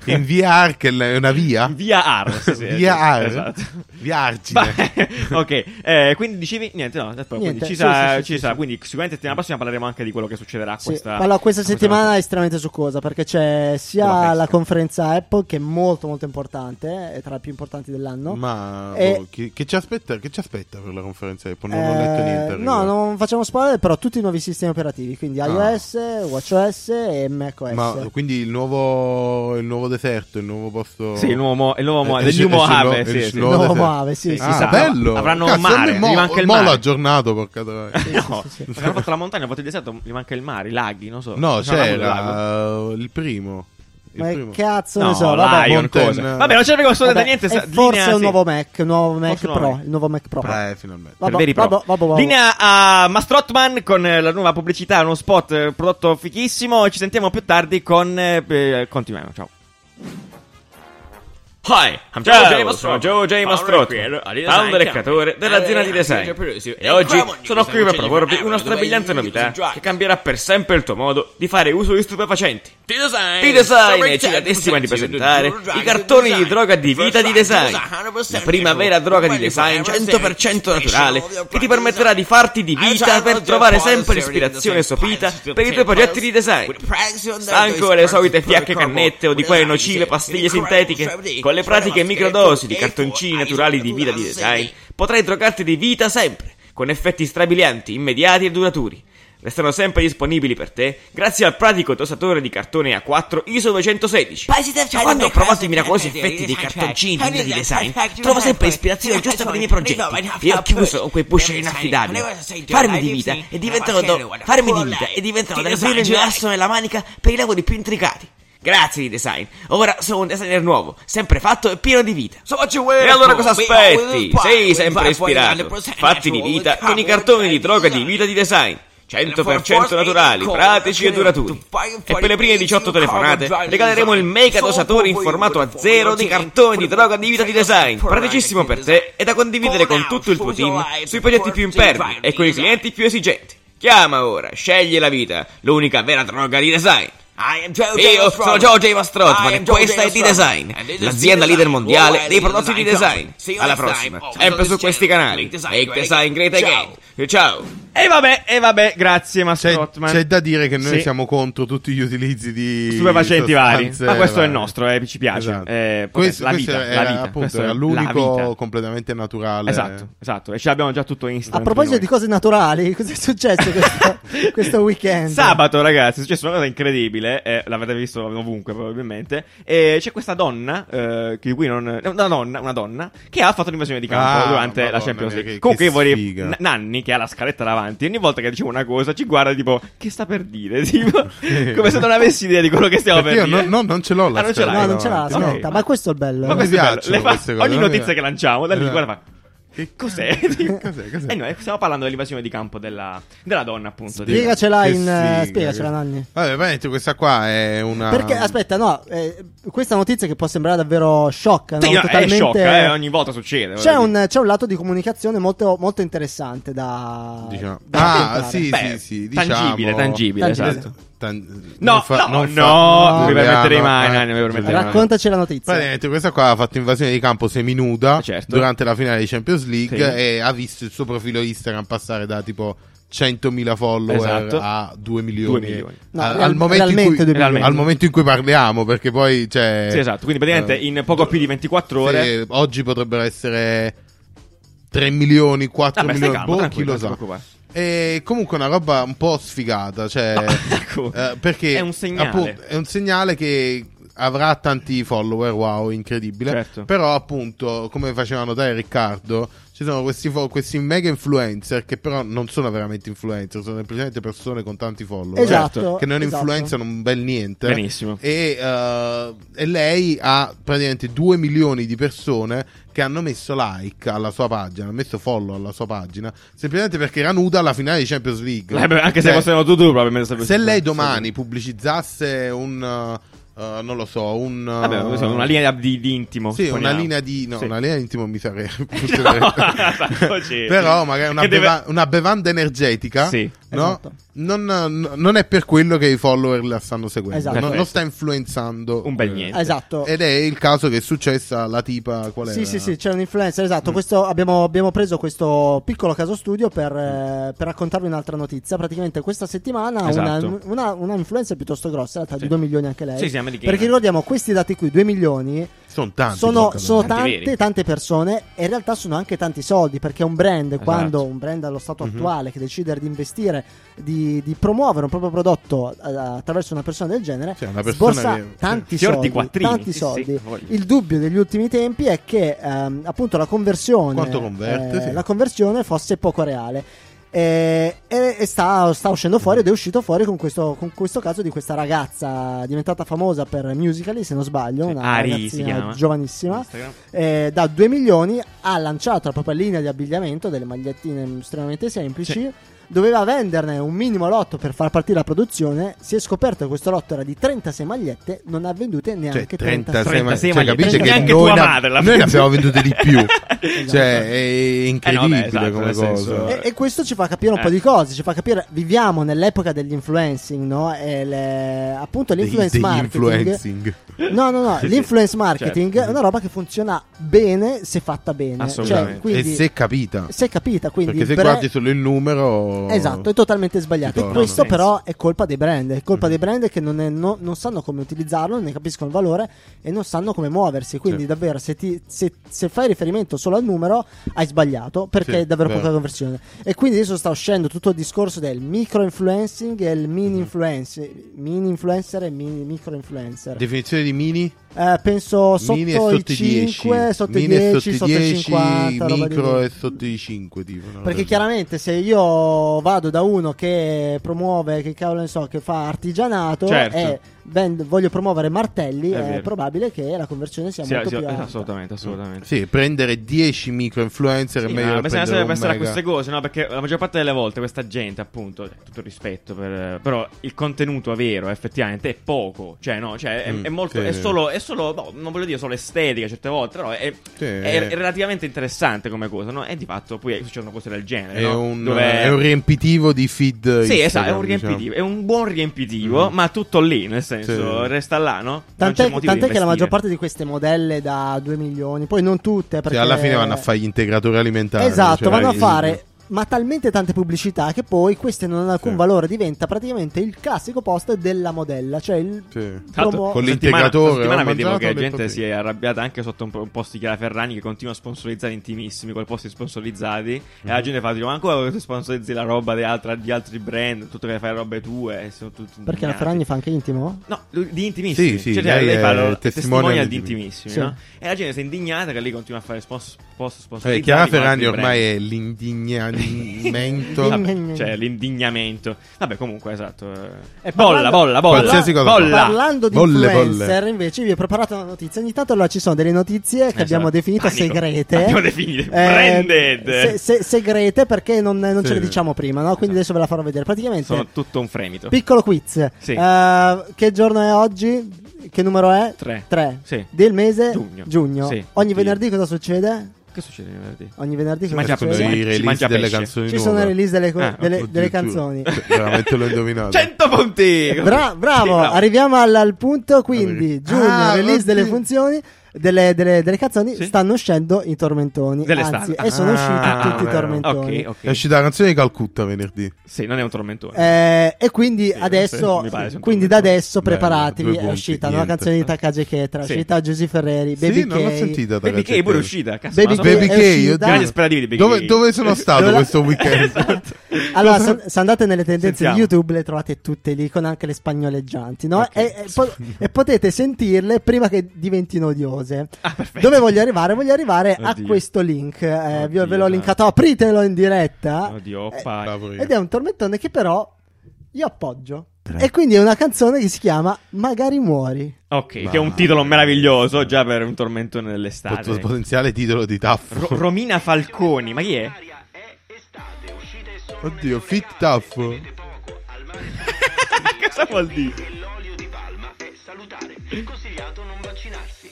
Speaker 4: In via Arc è una via?
Speaker 2: Via R. sì, sì,
Speaker 4: via
Speaker 2: sì,
Speaker 4: Ar-
Speaker 2: Esatto.
Speaker 4: Via
Speaker 2: Va-
Speaker 4: Argine.
Speaker 2: ok, eh, quindi dicevi niente, no, poi, quindi
Speaker 1: Niente,
Speaker 2: ci
Speaker 1: sì,
Speaker 2: sarà,
Speaker 1: sì, sì,
Speaker 2: ci
Speaker 1: sì,
Speaker 2: sarà.
Speaker 1: sì.
Speaker 2: quindi sicuramente settimana prossima parleremo anche di quello che succederà a
Speaker 1: Sì.
Speaker 2: questa
Speaker 1: Allora, questa
Speaker 2: a
Speaker 1: settimana è estremamente succosa perché c'è
Speaker 2: Con la
Speaker 1: sia
Speaker 2: festa.
Speaker 1: la conferenza Apple che è molto molto importante, è tra le più importanti dell'anno.
Speaker 4: Ma
Speaker 1: E-
Speaker 4: boh, chi, che ci aspetta, che ci aspetta per la conferenza Apple? Non ho letto
Speaker 1: Eh,
Speaker 4: niente.
Speaker 1: no,
Speaker 4: al riguardo.
Speaker 1: non facciamo spoiler, però tutti i nuovi sistemi operativi, quindi
Speaker 4: Ah.
Speaker 1: iOS, WatchOS e macOS.
Speaker 4: Ma quindi il nuovo, il nuovo deserto, il nuovo posto.
Speaker 2: Sì, il nuovo mo- il nuovo mo-
Speaker 4: Eh,
Speaker 2: del
Speaker 4: esce-
Speaker 2: New
Speaker 4: esce il
Speaker 2: Mojave,
Speaker 4: nuovo-
Speaker 2: sì,
Speaker 4: esce
Speaker 2: sì.
Speaker 4: il
Speaker 1: no,
Speaker 4: nuovo deserto.
Speaker 1: Mojave, sì,
Speaker 2: Sì,
Speaker 1: sì,
Speaker 4: Ah,
Speaker 1: sì.
Speaker 2: sa.
Speaker 4: bello!
Speaker 2: Avranno un
Speaker 4: Cazzo, a me
Speaker 2: mare,
Speaker 4: mo-
Speaker 2: gli manca il
Speaker 4: mo
Speaker 2: mare.
Speaker 4: l'ho aggiornato, porca troia.
Speaker 2: No,
Speaker 1: sì, sì, sì.
Speaker 2: hanno fatto la montagna, hanno fatto il deserto, gli manca il mare, i laghi, non so.
Speaker 4: No,
Speaker 2: C'è un lago, un lago.
Speaker 4: c'era uh, il primo. Il
Speaker 1: Ma che
Speaker 4: primo.
Speaker 1: cazzo
Speaker 2: No,
Speaker 1: ne so, vabbè. boh.
Speaker 2: Lion,
Speaker 4: Mountain-
Speaker 2: cosa. Vabbè, non c'è perché sono da
Speaker 1: Vabbè,
Speaker 2: niente.
Speaker 1: e
Speaker 2: sa-
Speaker 1: forse
Speaker 2: linea,
Speaker 1: un
Speaker 2: sì.
Speaker 1: nuovo Mac, un nuovo Mac
Speaker 2: Forse un
Speaker 1: Pro,
Speaker 2: nuovo Mac.
Speaker 1: il nuovo Mac Pro.
Speaker 4: Eh, finalmente.
Speaker 2: Per
Speaker 1: Vabbè,
Speaker 2: veri pro.
Speaker 1: vabbè, vabbè, vabbè.
Speaker 2: Linea a Mastrotman con eh, la nuova pubblicità, uno spot, eh, prodotto fichissimo. Ci sentiamo più tardi con. eh, eh, continuiamo, ciao.
Speaker 7: Hi, I'm Joe
Speaker 8: Ciao,
Speaker 7: J.
Speaker 8: sono
Speaker 7: Mastrotto,
Speaker 8: Joe J. Mastrotto, founder e creatore dell'azienda
Speaker 2: Eh,
Speaker 8: di design. E oggi sono qui per proporvi una strabiliante novità che cambierà per sempre il tuo modo di fare uso di stupefacenti.
Speaker 7: T-Design
Speaker 8: T-Design è eccitatissima di presentare i cartoni di droga di vita di design. La prima vera droga di design 100% naturale che ti permetterà di farti di vita per trovare sempre l'ispirazione sopita per i tuoi progetti di design. Stanco delle solite fiacche cannette o di quelle nocive pastiglie sintetiche, con le pratiche microdosi di cartoncini naturali di vita di design, potrai drogarti di vita sempre, con effetti strabilianti, immediati e duraturi. Restano sempre disponibili per te grazie al pratico tosatore di cartone A4 ISO 216. Ma Eh, quando ho provato i miracolosi effetti dei cartoncini di vita di design, trovo sempre l'ispirazione giusta per i miei progetti. Io ho chiuso con quei pusher inaffidabili. Farmi di vita e diventano do- farmi di vita e diventano davvero il mio asso nella manica per i lavori più intricati. Grazie di design. Ora sono un designer nuovo, sempre fatto e pieno di vita.
Speaker 7: E allora cosa aspetti? Sei sempre ispirato.
Speaker 8: Fatti di vita con i cartoni di droga di vita di design. 100% naturali, pratici e duraturi. E per le prime 18 telefonate regaleremo il mega dosatore in formato a zero dei cartoni di droga di vita di design. Praticissimo per te e da condividere con tutto il tuo team sui progetti più impervi e con i clienti più esigenti. Chiama ora, scegli la vita, l'unica vera droga di design. Io sono Joe J. Mastrotman e questa è D-Design, l'azienda leader mondiale dei prodotti di design. Alla prossima, sempre su questi canali. Make Oh, Design Great Again. Ciao!
Speaker 2: E vabbè, e vabbè, grazie
Speaker 4: C'è,
Speaker 2: Mastrotman.
Speaker 4: c'è da dire che noi
Speaker 2: Sì.
Speaker 4: siamo contro tutti gli utilizzi di
Speaker 2: Stupefacenti vari.
Speaker 4: sostanze
Speaker 2: Ma questo è il
Speaker 4: varie.
Speaker 2: nostro, eh, ci piace.
Speaker 4: Esatto.
Speaker 2: Eh, potente,
Speaker 4: questo
Speaker 2: la
Speaker 4: questo
Speaker 2: vita,
Speaker 4: era,
Speaker 2: la vita,
Speaker 4: appunto,
Speaker 2: questo è
Speaker 4: era
Speaker 2: la
Speaker 4: l'unico
Speaker 2: vita.
Speaker 4: completamente naturale.
Speaker 2: Esatto, esatto. E ce l'abbiamo già tutto in Instagram.
Speaker 1: A proposito di
Speaker 2: noi.
Speaker 1: cose naturali, cosa è successo questo, questo weekend?
Speaker 2: Sabato, ragazzi, è successa una cosa incredibile. eh, l'avete visto ovunque, probabilmente. E c'è questa donna, eh, di cui non. eh, Una donna, una donna che ha fatto l'invasione di campo
Speaker 4: Ah,
Speaker 2: durante la
Speaker 4: madonna
Speaker 2: Champions
Speaker 4: mia,
Speaker 2: League.
Speaker 4: che-
Speaker 2: Comunque,
Speaker 4: che
Speaker 2: io vorrei.
Speaker 4: sfiga.
Speaker 2: N- Nanni, che ha la scaletta davanti, ogni volta che dicevo una cosa, ci guarda tipo, che sta per dire? Tipo, come se non avessi idea di quello che stiamo
Speaker 4: Perché io
Speaker 2: per dire.
Speaker 4: non, non- non ce l'ho la
Speaker 2: Ah, non ce
Speaker 4: scala
Speaker 2: l'hai?
Speaker 1: No, non ce l'ha la
Speaker 4: davanti, no.
Speaker 1: scaletta,
Speaker 2: Ok.
Speaker 1: ma questo è il bello.
Speaker 2: Ma
Speaker 4: mi
Speaker 2: questo è bello.
Speaker 4: piacciono
Speaker 2: Le fa-
Speaker 4: queste cose,
Speaker 2: ogni
Speaker 4: non mi
Speaker 2: notizia che
Speaker 4: piacciono.
Speaker 2: lanciamo, da lì
Speaker 4: Esatto.
Speaker 2: guarda fa.
Speaker 4: Che
Speaker 2: Cos'è?
Speaker 4: cos'è, cos'è?
Speaker 2: E noi stiamo parlando dell'invasione di campo della, della donna, appunto. di-
Speaker 1: Spiegacela
Speaker 4: Che
Speaker 1: in eh,
Speaker 4: sfiga,
Speaker 1: spiegacela
Speaker 4: che-
Speaker 1: Nanni.
Speaker 4: Vabbè, veramente questa qua è una
Speaker 2: Ah.
Speaker 1: Perché aspetta, no, eh, questa notizia che può sembrare davvero sciocca, no?
Speaker 2: Sì, no,
Speaker 1: totalmente
Speaker 2: È sciocca, eh, ogni volta succede.
Speaker 1: C'è
Speaker 2: voglio dire.
Speaker 1: un, c'è un lato di comunicazione molto, molto interessante da.
Speaker 4: diciamo-
Speaker 1: da
Speaker 4: Ah,
Speaker 1: raccontare.
Speaker 4: sì,
Speaker 2: Beh,
Speaker 4: sì, sì, diciamo
Speaker 2: tangibile, tangibile,
Speaker 1: Tangibile.
Speaker 2: esatto.
Speaker 4: Cioè, Tan-
Speaker 2: No,
Speaker 4: non fa-
Speaker 2: no,
Speaker 4: non fa-
Speaker 1: non
Speaker 2: no,
Speaker 1: mi
Speaker 4: Giuliano,
Speaker 2: permetterei mai,
Speaker 4: eh,
Speaker 2: Nanni, non mi permetterei mai.
Speaker 4: Giuliano.
Speaker 1: Raccontaci la notizia.
Speaker 4: Praticamente questa qua ha fatto invasione di campo seminuda
Speaker 2: Certo.
Speaker 4: durante la finale di Champions League
Speaker 2: Sì.
Speaker 4: e ha visto il suo profilo Instagram passare da tipo 100.000 follower
Speaker 2: Esatto.
Speaker 4: a 2 milioni,
Speaker 2: Due milioni.
Speaker 1: No,
Speaker 4: A-
Speaker 1: real-
Speaker 4: al, momento in
Speaker 1: realmente
Speaker 4: cui,
Speaker 1: due
Speaker 2: milioni.
Speaker 4: al momento in cui parliamo perché poi cioè,
Speaker 2: Sì, esatto. Quindi praticamente
Speaker 4: eh,
Speaker 2: in poco più di 24 ore.
Speaker 4: se oggi potrebbero essere 3 milioni 4
Speaker 2: Vabbè, Ah, stai
Speaker 4: milioni
Speaker 2: calmo,
Speaker 4: boh, chi
Speaker 2: tranquillo,
Speaker 4: lo
Speaker 2: non ti
Speaker 4: sa
Speaker 2: preoccupare.
Speaker 4: e comunque una roba un po' sfigata cioè
Speaker 2: ecco.
Speaker 4: eh, perché
Speaker 2: È un segnale.
Speaker 4: appunto, è un segnale che avrà tanti follower, wow, incredibile.
Speaker 2: Certo.
Speaker 4: Però, appunto, come faceva notare Riccardo, ci sono questi, fo- questi mega influencer che però non sono veramente influencer, sono semplicemente persone con tanti follower.
Speaker 1: Esatto,
Speaker 4: Che non
Speaker 1: esatto.
Speaker 4: influenzano un bel niente.
Speaker 2: Benissimo.
Speaker 4: E, eh, e lei ha praticamente 2 milioni di persone che hanno messo like alla sua pagina, hanno messo follow alla sua pagina, semplicemente perché era nuda alla finale di Champions League.
Speaker 2: Eh, beh, anche se
Speaker 4: Cioè,
Speaker 2: fossero tutti probabilmente sarebbe
Speaker 4: se
Speaker 2: successo.
Speaker 4: lei domani pubblicizzasse un uh, uh, non lo so, un uh,
Speaker 2: Vabbè, non so, una linea di, di intimo.
Speaker 4: sì, una
Speaker 2: supponiamo.
Speaker 4: linea di no,
Speaker 2: Sì.
Speaker 4: una linea intimo mi sarei
Speaker 2: esatto, sì.
Speaker 4: Però magari una,
Speaker 2: Che deve-
Speaker 4: beva- una bevanda energetica
Speaker 2: Sì.
Speaker 4: no?
Speaker 1: Esatto.
Speaker 4: non, n- non è per quello che i follower la stanno seguendo.
Speaker 1: Esatto.
Speaker 4: Non, non
Speaker 2: Perfetto.
Speaker 4: sta influenzando
Speaker 2: Un bel
Speaker 4: eh,
Speaker 2: niente.
Speaker 1: Esatto.
Speaker 4: Ed è il caso che è successa alla tipa qual
Speaker 1: Sì,
Speaker 4: era?
Speaker 1: sì, sì, c'è un influencer,
Speaker 2: Mm.
Speaker 1: esatto. Questo, abbiamo, abbiamo preso questo piccolo caso studio per,
Speaker 2: Mm.
Speaker 1: eh, per raccontarvi un'altra notizia. Praticamente questa settimana
Speaker 2: Esatto.
Speaker 1: una, una, una influencer piuttosto grossa, in realtà
Speaker 2: Sì.
Speaker 1: di 2 milioni anche lei.
Speaker 2: Sì, si chiama di
Speaker 1: perché ricordiamo questi dati qui, 2 milioni,
Speaker 4: Sono tanti.
Speaker 1: sono,
Speaker 4: porca
Speaker 1: sono
Speaker 4: miseria.
Speaker 2: Tanti
Speaker 1: tante,
Speaker 2: veri.
Speaker 1: tante persone e in realtà sono anche tanti soldi perché un brand,
Speaker 2: Esatto.
Speaker 1: quando un brand allo stato
Speaker 2: Mm-hmm.
Speaker 1: attuale che decide di investire, di, di promuovere un proprio prodotto eh, attraverso una persona del genere,
Speaker 4: Sì, una persona
Speaker 1: sborsa
Speaker 4: che-
Speaker 1: tanti
Speaker 2: Fior di
Speaker 1: soldi.
Speaker 2: quattrini,
Speaker 1: tanti
Speaker 2: sì,
Speaker 1: soldi.
Speaker 2: sì, voglio.
Speaker 1: Il dubbio degli ultimi tempi è che ehm, appunto la conversione, eh,
Speaker 4: Quanto converte, sì.
Speaker 1: la conversione fosse poco reale. Eh, E, e sta, sta uscendo fuori ed è uscito fuori con questo, con questo caso di questa ragazza diventata famosa per musicali se non sbaglio,
Speaker 2: Sì,
Speaker 1: una
Speaker 2: Ari si
Speaker 1: ragazzina
Speaker 2: chiama.
Speaker 1: giovanissima
Speaker 2: Instagram.
Speaker 1: eh, da 2 milioni ha lanciato la propria linea di abbigliamento, delle magliettine estremamente semplici. Doveva venderne un minimo lotto per far partire la produzione. Si è scoperto che questo lotto era di 36 magliette, non ha vendute
Speaker 4: Cioè,
Speaker 1: neanche 36.
Speaker 4: 36,
Speaker 2: 36
Speaker 4: ma- cioè,
Speaker 2: magliette.
Speaker 4: capisce
Speaker 2: Neanche
Speaker 4: che noi,
Speaker 2: tua
Speaker 4: ne-
Speaker 2: madre l'ha
Speaker 4: noi ne abbiamo
Speaker 2: venduta.
Speaker 4: vendute di più. cioè,
Speaker 1: Esatto.
Speaker 4: è incredibile
Speaker 2: Eh, no, beh, esatto,
Speaker 4: come
Speaker 2: nel
Speaker 4: cosa.
Speaker 2: senso-
Speaker 1: E, e questo ci fa capire un po'
Speaker 2: Eh.
Speaker 1: di cose, ci fa capire, viviamo nell'epoca degli influencing, no? E le- appunto
Speaker 4: Dei-
Speaker 1: Eh, l'influence
Speaker 4: degli
Speaker 1: marketing.
Speaker 4: influencing.
Speaker 1: No, no, no,
Speaker 2: Sì, sì.
Speaker 1: l'influence marketing
Speaker 2: Certo.
Speaker 1: è una roba che funziona bene se fatta bene.
Speaker 2: Assolutamente.
Speaker 1: Cioè, quindi,
Speaker 4: e se capita.
Speaker 1: se è capita, quindi
Speaker 4: Perché se
Speaker 1: bre-
Speaker 4: guardi solo il numero...
Speaker 1: Esatto, è totalmente sbagliato.
Speaker 4: Ti
Speaker 1: E
Speaker 4: torna,
Speaker 1: questo
Speaker 2: penso.
Speaker 1: però è colpa dei brand, è
Speaker 4: Mm.
Speaker 1: colpa dei brand che non, è- no- non sanno come utilizzarlo, ne capiscono il valore e non sanno come muoversi. Quindi
Speaker 4: Sì.
Speaker 1: davvero se, ti- se- se fai riferimento solo al numero hai sbagliato perché
Speaker 4: Sì,
Speaker 1: è davvero
Speaker 4: vero.
Speaker 1: poca conversione. E quindi adesso sta uscendo tutto il discorso del micro influencing e
Speaker 4: Mm-hmm.
Speaker 1: il mini influencer, mini influencer e mini micro influencer.
Speaker 4: Definizione di mini,
Speaker 1: Eh, penso sotto,
Speaker 4: mini e sotto
Speaker 1: i
Speaker 4: i 10.
Speaker 1: 5, sotto i
Speaker 4: mini
Speaker 1: 10,
Speaker 4: e
Speaker 1: sotto i 50, roba di
Speaker 4: micro
Speaker 1: lì.
Speaker 4: e sotto i 5. Tipo, una
Speaker 1: Perché
Speaker 4: cosa
Speaker 1: chiaramente se io vado da uno che promuove, che cavolo ne so, che fa artigianato
Speaker 2: Certo.
Speaker 1: e vend- voglio promuovere martelli,
Speaker 2: È
Speaker 1: è,
Speaker 2: vero.
Speaker 1: probabile che la conversione sia
Speaker 2: Sì,
Speaker 1: molto
Speaker 2: sì,
Speaker 1: più alta.
Speaker 2: eh, assolutamente, assolutamente.
Speaker 4: del- Sì, prendere 10 micro influencer è
Speaker 2: Sì,
Speaker 4: meglio
Speaker 2: ma
Speaker 4: che
Speaker 2: bisogna sempre
Speaker 4: prendere un
Speaker 2: pensare a
Speaker 4: mega.
Speaker 2: queste cose, no? Perché la maggior parte delle volte questa gente, appunto, cioè, tutto il rispetto, per, però il contenuto vero effettivamente è poco, cioè no, cioè, è,
Speaker 4: Mm,
Speaker 2: è molto,
Speaker 4: sì.
Speaker 2: è solo, è solo, boh, non voglio dire solo estetica certe volte, però è,
Speaker 4: Sì.
Speaker 2: è- è relativamente interessante come cosa, no? E di fatto poi succedono cose del genere,
Speaker 4: È,
Speaker 2: no?
Speaker 4: un,
Speaker 2: Dove-
Speaker 4: è un riempitivo di feed.
Speaker 2: Sì,
Speaker 4: Instagram,
Speaker 2: esatto, è un
Speaker 4: diciamo. Mm.
Speaker 2: riempitivo, è un buon riempitivo, ma tutto lì, nel senso,
Speaker 4: Sì.
Speaker 2: resta là, no? Non c'è
Speaker 1: Tant'è,
Speaker 2: motivo di
Speaker 1: tant'è che la maggior
Speaker 2: investire.
Speaker 1: parte di queste modelle da 2 milioni, poi non tutte,
Speaker 4: Sì,
Speaker 1: perché
Speaker 4: alla fine vanno a fare gli integratori alimentari.
Speaker 1: Esatto,
Speaker 4: cioè,
Speaker 1: vanno a
Speaker 4: eh,
Speaker 1: fare ma talmente tante pubblicità che poi queste non hanno alcun
Speaker 4: Sì.
Speaker 1: valore, diventa praticamente il classico post della modella, cioè il
Speaker 4: Sì.
Speaker 2: Tra l'altro,
Speaker 1: promo-
Speaker 4: con
Speaker 2: la
Speaker 4: lì-
Speaker 2: settimana-
Speaker 4: l'integratore,
Speaker 2: La settimana
Speaker 4: ho
Speaker 2: vediamo che
Speaker 4: mangiato,
Speaker 2: la
Speaker 4: ho detto
Speaker 2: gente
Speaker 4: sì.
Speaker 2: si è arrabbiata anche sotto un po- un post di Chiara Ferragni che continua a sponsorizzare intimissimi con i posti sponsorizzati. E
Speaker 4: Mhm.
Speaker 2: la gente fa: tipo, Ma ancora tu sponsorizzi la roba di, altra- di altri brand? Tutto che fai robe tue. e sono tutti
Speaker 1: perché la
Speaker 2: indignati.
Speaker 1: Ferragni fa anche intimo?
Speaker 2: No, lui- di intimissimi.
Speaker 4: Sì, sì,
Speaker 2: Cioè,
Speaker 4: lei
Speaker 2: lei fa
Speaker 4: è
Speaker 2: lo- testimonial
Speaker 4: testimonial
Speaker 2: di
Speaker 4: di
Speaker 2: intimissimi.
Speaker 1: Sì.
Speaker 2: no? E la gente si è indignata che lei continua a fare spons- post sponsorizzati.
Speaker 4: Eh, Chiara
Speaker 2: con altri
Speaker 4: Ferragni ormai
Speaker 2: brand.
Speaker 4: è l'indignamento.
Speaker 2: Vabbè, cioè l'indignamento. Vabbè, comunque, esatto. eh.
Speaker 1: E parlando-
Speaker 2: Bolla, bolla, bolla.
Speaker 4: Qualsiasi cosa.
Speaker 2: Bolla.
Speaker 1: Parlando di
Speaker 4: Bolle,
Speaker 1: influencer, invece, vi ho preparato una notizia. Ogni tanto allora, ci sono delle notizie che
Speaker 2: Esatto.
Speaker 1: abbiamo definito
Speaker 2: Panico.
Speaker 1: segrete.
Speaker 2: Abbiamo definito
Speaker 1: Eh,
Speaker 2: branded.
Speaker 1: se- se- segrete perché non, non ce
Speaker 4: Sì.
Speaker 1: le diciamo prima, no? Quindi adesso ve la farò vedere. Praticamente,
Speaker 2: Sono tutto un fremito.
Speaker 1: piccolo quiz.
Speaker 2: Sì.
Speaker 1: Eh, che giorno è oggi? Che numero è?
Speaker 2: Tre.
Speaker 1: Tre.
Speaker 2: Sì.
Speaker 1: Del mese?
Speaker 2: Giugno. Sì.
Speaker 1: Ogni
Speaker 2: Oddio.
Speaker 1: venerdì cosa succede?
Speaker 2: Che succede venerdì?
Speaker 1: Ogni venerdì
Speaker 2: Si
Speaker 1: cosa
Speaker 2: mangia
Speaker 4: Sono
Speaker 2: Ci
Speaker 1: succede?
Speaker 2: pesce.
Speaker 4: i
Speaker 2: mangia
Speaker 4: release delle
Speaker 2: pesce.
Speaker 4: canzoni
Speaker 1: Ci sono
Speaker 4: nuove.
Speaker 1: le release delle, co-
Speaker 2: Ah,
Speaker 1: delle-
Speaker 4: Eh, Oddio,
Speaker 1: delle
Speaker 4: giuro.
Speaker 1: canzoni.
Speaker 4: Cioè, Veramente l'ho indovinato.
Speaker 2: 100 punti!
Speaker 1: Bra- bravo,
Speaker 2: Sì, bravo.
Speaker 1: arriviamo al, al punto. Quindi,
Speaker 4: Ah,
Speaker 1: giugno,
Speaker 4: ok.
Speaker 1: release delle funzioni. Delle, delle- delle canzoni
Speaker 2: Sì.
Speaker 1: stanno uscendo i tormentoni.
Speaker 2: Dell'estate.
Speaker 1: anzi, e sono
Speaker 4: Ah,
Speaker 1: usciti tutti i
Speaker 4: vero.
Speaker 1: tormentoni.
Speaker 2: Ok,
Speaker 4: È
Speaker 2: ok.
Speaker 4: uscita la canzone di Calcutta venerdì.
Speaker 2: Sì, non è un tormentone.
Speaker 1: Eh, e quindi adesso,
Speaker 2: sì, mi pare, sono
Speaker 1: quindi da
Speaker 2: tormentoni.
Speaker 1: adesso
Speaker 4: Bello,
Speaker 1: preparatevi.
Speaker 4: due
Speaker 1: è
Speaker 4: punti,
Speaker 1: uscita una
Speaker 4: niente.
Speaker 1: canzone di Takagi Chetra, è
Speaker 2: Sì.
Speaker 1: uscita Giusy Ferreri, Baby
Speaker 4: sì, non l'ho
Speaker 1: K.
Speaker 4: sentita.
Speaker 2: Baby K
Speaker 4: ragazzi.
Speaker 2: è pure uscita. Cazzo,
Speaker 1: Baby
Speaker 2: ma
Speaker 1: K-
Speaker 2: sono
Speaker 4: Baby K,
Speaker 1: è
Speaker 4: io-
Speaker 1: uscita- Eh,
Speaker 2: grandi sperativi di Baby
Speaker 4: Dove,
Speaker 2: K.
Speaker 4: dove sono stato
Speaker 1: Dove-
Speaker 4: questo weekend?
Speaker 2: Esatto.
Speaker 1: Allora, se, se andate nelle tendenze
Speaker 2: Sentiamo.
Speaker 1: di YouTube le trovate tutte lì con anche le spagnoleggianti, no? E, e po- e potete sentirle prima che diventino odiose. Dove voglio arrivare? Voglio arrivare a
Speaker 2: Oddio.
Speaker 1: questo link. eh, vi-
Speaker 2: Oddio,
Speaker 1: ve l'ho linkato, apritelo in diretta.
Speaker 2: Oddio,
Speaker 1: Eh,
Speaker 2: oppa.
Speaker 4: Bravo, io.
Speaker 1: ed è un tormentone che però io appoggio. E quindi è una canzone che si chiama Magari muori.
Speaker 2: Ok, che è un titolo meraviglioso già per un tormentone dell'estate.
Speaker 4: Pot- Potenziale titolo di Taffo.
Speaker 2: Ro- Romina Falconi, ma chi è?
Speaker 4: Oddio, Fit Taffo.
Speaker 2: Cosa vuol dire?
Speaker 6: L'olio di palma è salutare. Consigliato non vaccinarsi.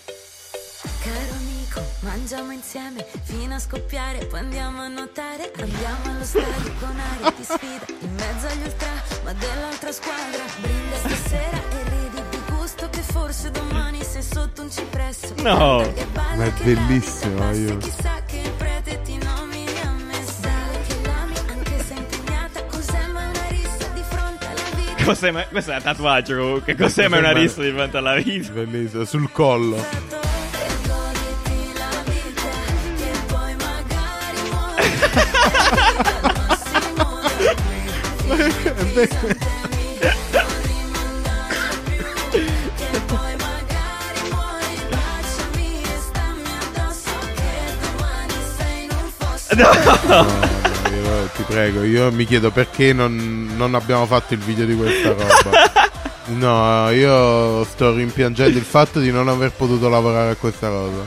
Speaker 9: Caro amico, mangiamo insieme fino a scoppiare, poi andiamo a notare. Andiamo allo stadio con aria di sfida, in mezzo agli ultra, ma dell'altra squadra. Brinda stasera e ridi di gusto che forse domani sei sotto un cipresso.
Speaker 2: No.
Speaker 9: Canta che balla,
Speaker 4: Ma è
Speaker 9: che navi,
Speaker 4: bellissimo,
Speaker 9: se passi,
Speaker 4: io-
Speaker 9: Chissà che il prete ti nomini a me. Sai che l'ami anche se impegnata, cos'è ma è una rissa di fronte alla vita.
Speaker 2: Cos'è? ma- Questo è un tatuaggio comunque. Cos'è? Ma è una
Speaker 4: Cos'è, ma-
Speaker 2: rissa di fronte alla vita.
Speaker 4: Bellissimo, sul collo.
Speaker 9: Perdonati la vita che poi magari muori. Non si muore. Crisantemi, non rimandare più, che poi magari muori. Baciami e stammi addosso che domani sei in un fosso.
Speaker 4: Io, ti prego, io mi chiedo perché non, non abbiamo fatto il video di questa roba. No, io sto rimpiangendo il fatto di non aver potuto lavorare a questa roba.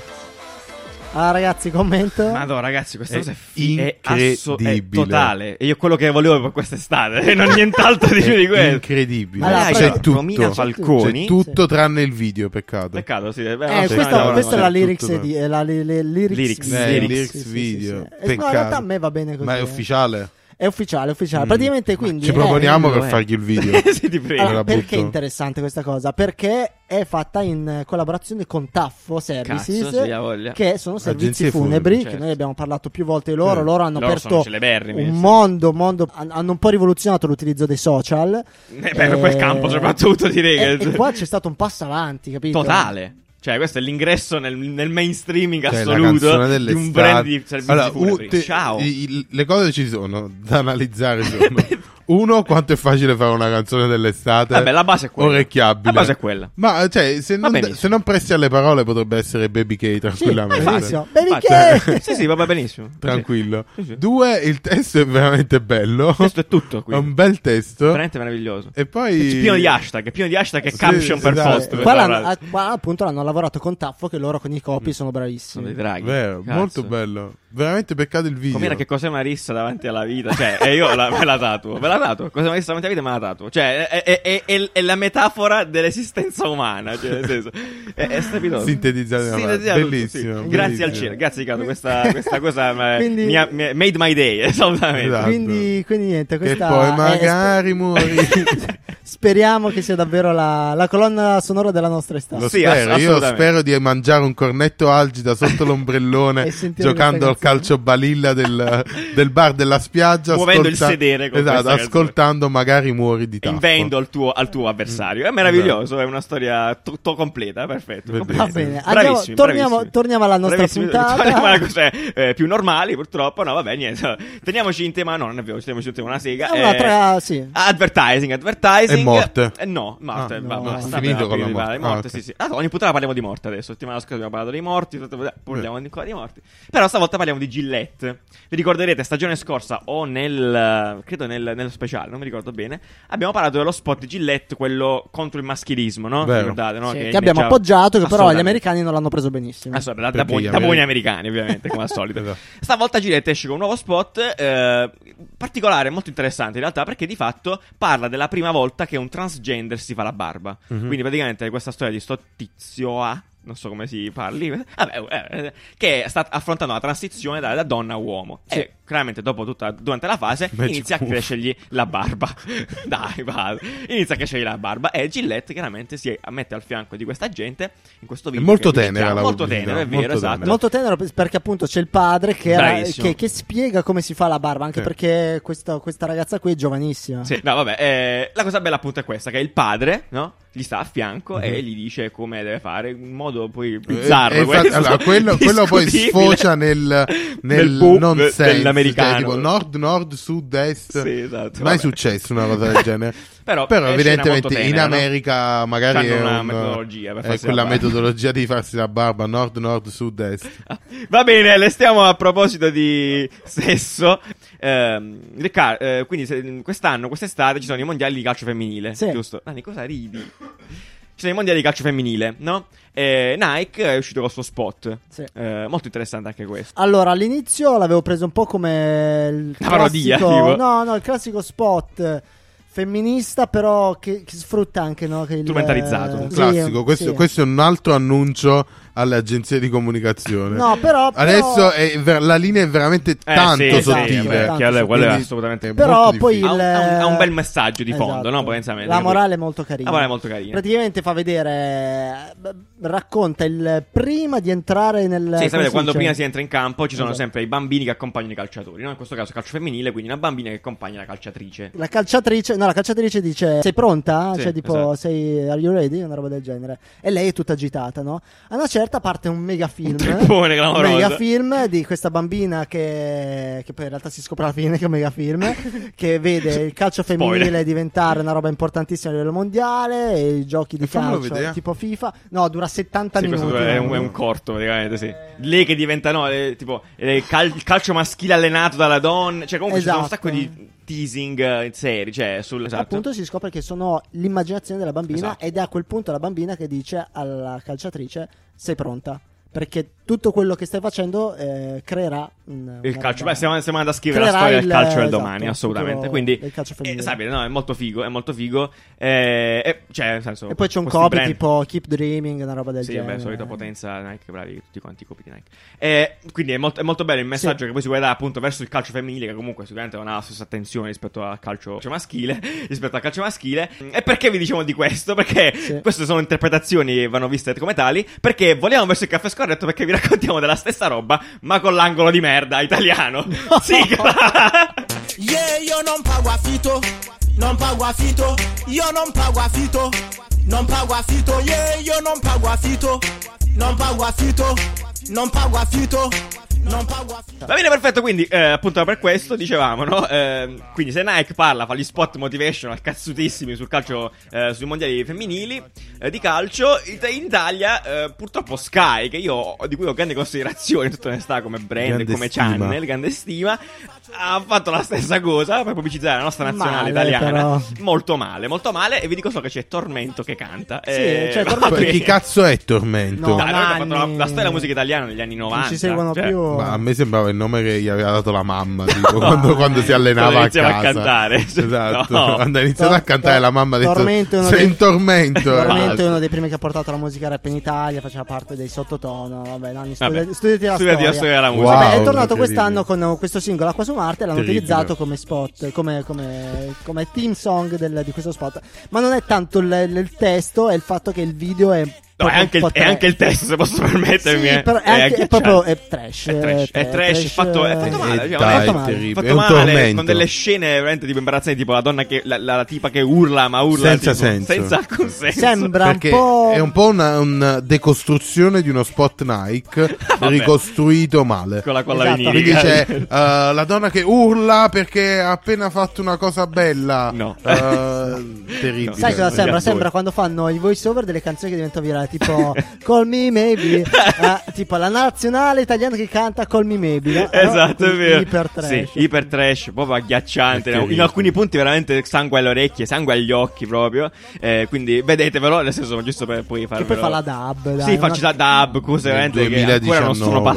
Speaker 1: Ah, ragazzi, commento.
Speaker 2: Madonna, ragazzi, questa
Speaker 4: È
Speaker 2: cosa è, fi- è asso- è
Speaker 4: incredibile.
Speaker 2: totale. E io quello che volevo per quest'estate, e non nient'altro di più di
Speaker 4: È
Speaker 2: quello.
Speaker 4: incredibile.
Speaker 1: Allora,
Speaker 4: c'è,
Speaker 1: però-
Speaker 2: cioè, Romina
Speaker 4: tutto.
Speaker 2: Falconi.
Speaker 4: C'è Cioè,
Speaker 1: Cioè,
Speaker 4: tutto tranne il video, peccato.
Speaker 2: Peccato, sì. beh,
Speaker 1: Eh,
Speaker 2: sì,
Speaker 1: questa,
Speaker 2: no, no,
Speaker 1: questa è
Speaker 2: no, cioè,
Speaker 1: la
Speaker 2: no.
Speaker 1: lyrics,
Speaker 4: tutto-
Speaker 1: di, è la, le, le- lyrics,
Speaker 2: Lyrics,
Speaker 1: video.
Speaker 2: eh,
Speaker 4: lyrics
Speaker 1: Sì, sì,
Speaker 4: video.
Speaker 1: sì, sì. Eh, no, in
Speaker 4: Peccato.
Speaker 1: realtà a me va bene così.
Speaker 4: Ma è
Speaker 1: eh.
Speaker 4: ufficiale. Mm.
Speaker 1: È ufficiale, ufficiale. Praticamente quindi
Speaker 4: Ci
Speaker 1: è-
Speaker 4: proponiamo
Speaker 2: bello,
Speaker 4: per
Speaker 2: eh.
Speaker 4: fargli il video.
Speaker 2: sì, ti prego.
Speaker 1: Allora,
Speaker 4: la
Speaker 1: perché è
Speaker 4: butto.
Speaker 1: interessante questa cosa? Perché è fatta in eh, collaborazione con Taffo Services,
Speaker 2: Cazzo, sì, ha voglia.
Speaker 1: che sono servizi
Speaker 4: Agenzie funebri,
Speaker 1: funebri, che
Speaker 2: certo.
Speaker 1: noi abbiamo parlato più volte di loro.
Speaker 4: Eh,
Speaker 1: Loro hanno
Speaker 2: loro sono
Speaker 1: aperto
Speaker 2: celeberrimi,
Speaker 1: un
Speaker 2: sì.
Speaker 1: mondo, mondo- han- hanno un po' rivoluzionato l'utilizzo dei social.
Speaker 2: Eh, beh, per quel campo soprattutto, direi
Speaker 1: E,
Speaker 2: che-
Speaker 1: e qua c'è stato un passo avanti, capito?
Speaker 2: Totale. Cioè, questo è l'ingresso nel, nel mainstreaming
Speaker 4: Cioè, la
Speaker 2: assoluto
Speaker 4: canzone
Speaker 2: di un
Speaker 4: dell'estate.
Speaker 2: brand di servizi
Speaker 4: Allora,
Speaker 2: funebri.
Speaker 4: u- te-
Speaker 2: Ciao.
Speaker 4: i- i- le cose ci sono da analizzare. Sono. Uno, quanto è facile fare una canzone dell'estate.
Speaker 2: Vabbè, la base è quella.
Speaker 4: Orecchiabile.
Speaker 2: La base è quella.
Speaker 4: Ma cioè, se
Speaker 2: Va
Speaker 4: non,
Speaker 2: benissimo.
Speaker 4: se non presti alle parole, potrebbe essere Baby K
Speaker 1: Sì,
Speaker 4: tranquillamente.
Speaker 1: benissimo. Baby
Speaker 2: Infatti-
Speaker 1: K!
Speaker 2: sì, sì, va benissimo.
Speaker 4: Tranquillo.
Speaker 2: Sì, sì.
Speaker 4: Due, il testo è veramente bello.
Speaker 2: Il testo è tutto,
Speaker 4: È
Speaker 2: quindi.
Speaker 4: un bel testo.
Speaker 2: Veramente meraviglioso.
Speaker 4: E poi.
Speaker 2: C'è pieno di hashtag, pieno di hashtag e
Speaker 4: Sì,
Speaker 2: caption per
Speaker 4: esatto.
Speaker 2: post. per
Speaker 1: Qua, l'hanno-
Speaker 2: parlare.
Speaker 1: a- qua appunto l'hanno lavorato con Taffo, che loro con i copi sono bravissimi.
Speaker 2: Mm. Sono dei draghi.
Speaker 4: Vero,
Speaker 2: Cazzo.
Speaker 4: molto bello. veramente peccato il video.
Speaker 2: Com'era che Cos'è Marissa davanti alla vita? Cioè, e io la, me la tatuo, me la tatuo. Cos'è Marissa davanti alla vita me la tatuo. Cioè, è, è- è- è- è la metafora dell'esistenza umana. Cioè, nel senso, è, è strepitoso.
Speaker 4: Sintetizzato in una frase.
Speaker 2: Sintetizzato tutto,
Speaker 4: Bellissimo,
Speaker 2: sì. Grazie
Speaker 4: bellissimo.
Speaker 2: al cielo, grazie Cato. Questa, questa cosa eh,
Speaker 1: Quindi-
Speaker 2: mi ha mi ha made my day, assolutamente.
Speaker 4: Esatto.
Speaker 1: Quindi, quindi niente,
Speaker 4: E
Speaker 1: questa
Speaker 4: poi
Speaker 1: è-
Speaker 4: magari muori.
Speaker 1: speriamo che sia davvero la, la colonna sonora della nostra estate.
Speaker 4: Lo
Speaker 2: Sì,
Speaker 4: spero.
Speaker 2: ass-
Speaker 4: Io
Speaker 2: assolutamente.
Speaker 4: spero di mangiare un cornetto algida sotto l'ombrellone
Speaker 1: E sentire
Speaker 4: giocando al
Speaker 1: questa canzone.
Speaker 4: calcio balilla del, del bar della spiaggia.
Speaker 2: Muovendo il sedere con
Speaker 4: esatto,
Speaker 2: questa canzone.
Speaker 4: ascoltando magari muori di tappo.
Speaker 2: Invendo al tuo, al tuo avversario. È meraviglioso, è una storia tutto completa, perfetto.
Speaker 4: Va
Speaker 2: completo.
Speaker 1: Mm, esatto. Va
Speaker 4: Sì,
Speaker 1: bene,
Speaker 2: Bravissimi,
Speaker 1: andiamo-
Speaker 2: bravissimi.
Speaker 1: torniamo, torniamo alla nostra
Speaker 2: Bravissimi,
Speaker 1: puntata.
Speaker 2: torniamo alle cose eh, più normali, purtroppo. No, vabbè, niente. Teniamoci in tema. No, non è vero, ci teniamoci in tema una sega. Eh,
Speaker 1: È un'altra- sì.
Speaker 2: ah, Advertising, advertising.
Speaker 4: E morte.
Speaker 2: Eh, no, morte.
Speaker 4: Ah,
Speaker 2: va-
Speaker 4: no,
Speaker 2: basta,
Speaker 4: è
Speaker 2: basta,
Speaker 4: finito con la
Speaker 2: prima di
Speaker 4: morte.
Speaker 2: parlare di morte,
Speaker 4: Ah, ok.
Speaker 2: sì, sì. Ah, ogni puntata parliamo di morte adesso. Settimana scorsa abbiamo parlato di morti. settimana- Parliamo di, di morti. Però stavolta parliamo di Gillette. Vi ricorderete, stagione scorsa o nel. credo nel, nello speciale, non mi ricordo bene. Abbiamo parlato dello spot di Gillette, quello contro il maschilismo, no?
Speaker 4: Vero.
Speaker 2: Ricordate, no?
Speaker 1: Sì, che abbiamo
Speaker 2: già-
Speaker 1: appoggiato, che però gli
Speaker 2: Assolutamente.
Speaker 1: americani non l'hanno preso benissimo.
Speaker 2: Ah, so, da, da
Speaker 4: Perché
Speaker 2: buoni,
Speaker 4: gli
Speaker 2: da buoni
Speaker 4: americani-
Speaker 2: americani, ovviamente, come al solito.
Speaker 4: Esatto.
Speaker 2: Stavolta Gillette esce con un nuovo spot eh, particolare, molto interessante in realtà, perché di fatto parla della prima volta che un transgender si fa la barba. Quindi praticamente questa storia di sto tizio A, non so come si parli, vabbè, eh, eh, che sta affrontando la transizione da, da donna a uomo. E chiaramente dopo tutta, durante la fase
Speaker 4: Magic
Speaker 2: inizia a
Speaker 4: move.
Speaker 2: crescergli la barba. Dai, va. Inizia a crescergli la barba e Gillette chiaramente si mette al fianco di questa gente in questo video.
Speaker 4: molto
Speaker 2: che vi
Speaker 4: tenera
Speaker 2: chiamo-
Speaker 4: la
Speaker 2: Molto
Speaker 4: pubblicità,
Speaker 2: tenera, è vero,
Speaker 4: molto
Speaker 2: esatto.
Speaker 4: tenera.
Speaker 1: Molto tenero per- perché appunto c'è il padre che, era-
Speaker 2: Bravissimo.
Speaker 1: che, che spiega come si fa la barba, anche
Speaker 4: Sì.
Speaker 1: perché questa, questa ragazza qui è giovanissima.
Speaker 2: Sì, no, vabbè, eh, la cosa bella appunto è questa, che il padre, no? Gli sta a fianco e gli dice come deve fare, in modo poi bizzarro.
Speaker 4: Mhm. Eh, eh, infatti,
Speaker 2: questo,
Speaker 4: allora, quello, quello poi
Speaker 2: discutibile.
Speaker 4: sfocia nel, nel,
Speaker 2: boom
Speaker 4: nonsense
Speaker 2: dell'americano.
Speaker 4: cioè, tipo nord, nord, sud, est.
Speaker 2: Sì, esatto, vabbè.
Speaker 4: Mai successo una cosa del genere.
Speaker 2: Però, eh, scena
Speaker 4: evidentemente
Speaker 2: molto
Speaker 4: in
Speaker 2: tenera, no?
Speaker 4: America magari
Speaker 2: C'hanno
Speaker 4: è
Speaker 2: una
Speaker 4: un-
Speaker 2: metodologia per
Speaker 4: è
Speaker 2: farsi la
Speaker 4: quella
Speaker 2: barba.
Speaker 4: metodologia di farsi la barba nord, nord, sud, est.
Speaker 2: Va bene, le stiamo a proposito di sesso. Ehm, Ricca- eh, quindi se- quest'anno, quest'estate, ci sono i mondiali di calcio femminile.
Speaker 1: Sì.
Speaker 2: Giusto? Dani, cosa ridi? Ci sono i mondiali di calcio femminile, no? E Nike è uscito col suo spot.
Speaker 1: Sì.
Speaker 2: Eh, molto interessante anche questo.
Speaker 1: Allora, all'inizio l'avevo preso un po' come il
Speaker 2: La parodia,
Speaker 1: classico,
Speaker 2: tipo.
Speaker 1: no, no, il classico spot femminista, però che, che sfrutta anche no, che il, eh,
Speaker 2: Strumentalizzato.
Speaker 1: sì,
Speaker 4: Classico, questo,
Speaker 1: sì.
Speaker 4: questo è un altro annuncio alle agenzie di comunicazione.
Speaker 1: No, però-
Speaker 4: adesso
Speaker 1: però-
Speaker 4: è ver- la linea è veramente
Speaker 2: Eh,
Speaker 4: tanto
Speaker 2: sì, sì,
Speaker 4: sottile.
Speaker 2: vabbè,
Speaker 1: Tanto
Speaker 2: chiaro, quello è
Speaker 4: Quindi-
Speaker 2: assolutamente
Speaker 4: è
Speaker 1: Però
Speaker 4: molto
Speaker 1: poi-
Speaker 4: difficile.
Speaker 2: ha un,
Speaker 1: Il-
Speaker 2: ha un bel messaggio di fondo,
Speaker 1: Esatto.
Speaker 2: no? Potenzialmente.
Speaker 1: La morale è molto carina.
Speaker 2: La morale è molto carina.
Speaker 1: Praticamente fa vedere. eh, b- Racconta il prima di entrare nel.
Speaker 2: Sì,
Speaker 1: come
Speaker 2: sapete,
Speaker 1: si
Speaker 2: quando
Speaker 1: dice?
Speaker 2: prima si entra in campo ci sono
Speaker 1: Esatto.
Speaker 2: sempre i bambini che accompagnano i calciatori, no? In questo caso calcio femminile, quindi una bambina che accompagna la calciatrice.
Speaker 1: La calciatrice, no, la calciatrice dice: Sei pronta?
Speaker 2: Sì,
Speaker 1: cioè, tipo,
Speaker 2: esatto.
Speaker 1: sei. Are you ready? Una roba del genere. E lei è tutta agitata, no? A una certa parte un mega film.
Speaker 2: Un trippone clamoroso.
Speaker 1: mega film di questa bambina che. Che poi in realtà si scopre alla fine che è un mega film. che vede il calcio
Speaker 2: Spoiler.
Speaker 1: femminile diventare una roba importantissima a livello mondiale. E i giochi di
Speaker 4: Fammelo
Speaker 1: calcio
Speaker 4: vedere.
Speaker 1: tipo FIFA. No, dura 70
Speaker 2: Sì,
Speaker 1: minuti.
Speaker 2: questo è un, è un corto praticamente, sì. Lei che diventa, no, eh, tipo, eh, cal- il calcio maschile allenato dalla donna. Cioè, comunque ci sono un
Speaker 1: Esatto.
Speaker 2: sacco di teasing eh, in serie, cioè, sul... Esatto.
Speaker 1: Appunto si scopre che sono l'immaginazione della bambina
Speaker 2: Esatto.
Speaker 1: ed è a quel punto la bambina che dice alla calciatrice sei pronta perché tutto quello che stai facendo eh, creerà un-
Speaker 2: Il
Speaker 1: una
Speaker 2: calcio,
Speaker 1: roba-
Speaker 2: beh, stiamo, stiamo andando a scrivere la
Speaker 1: Creerà
Speaker 2: storia del
Speaker 1: il-
Speaker 2: calcio del
Speaker 1: esatto,
Speaker 2: domani,
Speaker 1: il
Speaker 2: assolutamente.
Speaker 1: futuro
Speaker 2: Quindi,
Speaker 1: del calcio
Speaker 2: eh,
Speaker 1: femminile.
Speaker 2: sapete, no, è molto figo, è molto figo. Eh, eh, cioè, nel senso,
Speaker 1: e poi c'è un
Speaker 2: questi
Speaker 1: copy
Speaker 2: brand-
Speaker 1: tipo Keep Dreaming una roba del
Speaker 2: Sì,
Speaker 1: genere
Speaker 2: beh, solita potenza Nike, bravi tutti quanti i copi di Nike. Eh, quindi è molto, è molto bello il messaggio
Speaker 1: Sì.
Speaker 2: che poi si vuole dare appunto verso il calcio femminile, che comunque sicuramente non ha la stessa attenzione rispetto al calcio maschile. Rispetto al calcio maschile. E perché vi diciamo di questo? Perché
Speaker 1: Sì.
Speaker 2: queste sono interpretazioni e vanno viste come tali. Perché vogliamo verso il caffè scorretto, perché vi raccontiamo della stessa roba, ma con l'angolo di merda italiano. Sigla!
Speaker 10: Yeah, yo non pago afito, non pago afito, yo non pago afito, non pago afito, yeah, yo non pago afito, non pago afito, non pago afito, non pago afito.
Speaker 2: Va bene, perfetto. Quindi, eh, appunto, per questo dicevamo, no? Ehm, quindi, se Nike parla, fa gli spot motivational cazzutissimi sul calcio, eh, sui mondiali femminili eh, di calcio. it- In Italia, eh, purtroppo, Sky, che io, di cui ho grande considerazione, in tutta onestà, come brand,
Speaker 4: Grande
Speaker 2: come
Speaker 4: stima.
Speaker 2: channel, grande stima, ha fatto la stessa cosa per pubblicizzare la nostra
Speaker 1: Male,
Speaker 2: nazionale italiana.
Speaker 1: però.
Speaker 2: Molto male, molto male. E vi dico solo che c'è Tormento che canta.
Speaker 1: Sì,
Speaker 2: Eh,
Speaker 1: cioè,
Speaker 2: va
Speaker 1: Tormento-
Speaker 4: Poi
Speaker 2: bene.
Speaker 4: Chi cazzo è Tormento?
Speaker 1: No.
Speaker 2: Dai, noi abbiamo fatto la,
Speaker 1: Nanni.
Speaker 2: la storia della musica italiana negli anni 90.
Speaker 1: non ci seguono
Speaker 2: cioè,
Speaker 1: più
Speaker 4: Ma a me sembrava il nome che gli aveva dato la mamma, tipo, quando, quando si allenava
Speaker 2: Quando
Speaker 4: a
Speaker 2: iniziava
Speaker 4: casa.
Speaker 2: a cantare.
Speaker 4: Esatto.
Speaker 2: No.
Speaker 4: Quando ha iniziato
Speaker 1: Tor-
Speaker 4: a cantare
Speaker 1: tor-
Speaker 4: la mamma ha detto
Speaker 1: Tormento è uno
Speaker 4: sei
Speaker 1: dei-
Speaker 4: in tormento. eh."
Speaker 1: Tormento è
Speaker 4: Basta.
Speaker 1: uno dei primi che ha portato la musica rap in Italia, faceva parte dei sottotono. Vabbè, Nanni,
Speaker 2: Vabbè.
Speaker 1: studi- studiati la
Speaker 2: Studiati
Speaker 1: storia.
Speaker 2: la storia della
Speaker 4: Wow.
Speaker 2: musica.
Speaker 1: Vabbè, è
Speaker 4: incredibile.
Speaker 1: tornato quest'anno con eh, questo singolo Acqua su Marte. L'hanno
Speaker 4: Terribile.
Speaker 1: utilizzato come spot, come, come- come team song del- di questo spot. Ma non è tanto il, il testo, è il fatto che il video è.
Speaker 2: No, è anche, il,
Speaker 1: po'
Speaker 2: è anche il testo, se posso permettermi.
Speaker 1: Sì,
Speaker 2: eh.
Speaker 1: però è anche- è proprio-
Speaker 2: agghiacciante.
Speaker 1: è trash, eh.
Speaker 2: È trash, è
Speaker 1: è
Speaker 2: trash, è fatto, è fatto
Speaker 1: trash,
Speaker 2: male.
Speaker 4: eh,
Speaker 2: cioè, è
Speaker 4: dai,
Speaker 2: fatto
Speaker 1: è
Speaker 2: male,
Speaker 4: terribile.
Speaker 2: fatto
Speaker 4: È un
Speaker 2: male,
Speaker 4: tormento.
Speaker 2: Con delle scene veramente tipo imbarazzanti, tipo la donna che. La, la tipa che urla, ma urla
Speaker 4: Senza
Speaker 2: tipo,
Speaker 4: senso.
Speaker 2: senza alcun senso.
Speaker 1: Sembra un
Speaker 4: Perché
Speaker 1: po'.
Speaker 4: è un po' una, una decostruzione di uno spot Nike
Speaker 2: Vabbè.
Speaker 4: ricostruito male.
Speaker 2: Con la colla
Speaker 1: Esatto.
Speaker 4: Quindi
Speaker 2: vinilica.
Speaker 4: c'è eh, la donna che urla perché ha appena fatto una cosa bella.
Speaker 2: No.
Speaker 4: Eh, terribile.
Speaker 1: Sai cosa
Speaker 2: Vogliamo
Speaker 1: sembra?
Speaker 2: voi.
Speaker 1: Sembra quando fanno i voice over delle canzoni che diventano virali, tipo Call Me Maybe, eh, tipo la nazionale italiana che canta Call Me Maybe. no?
Speaker 2: Esatto,
Speaker 1: No?
Speaker 2: è vero.
Speaker 1: Iper trash.
Speaker 2: Sì, iper trash, proprio agghiacciante.
Speaker 4: Perché
Speaker 2: In
Speaker 4: ridi.
Speaker 2: alcuni punti veramente sangue alle orecchie, sangue agli occhi proprio. Eh, quindi vedetevelo, nel senso giusto per poi
Speaker 1: Che
Speaker 2: farlo.
Speaker 1: poi fa la dub. Dai,
Speaker 2: Sì, facci
Speaker 1: una-
Speaker 2: la dub, cose
Speaker 4: Nel
Speaker 2: veramente che ancora non sono
Speaker 4: 2019.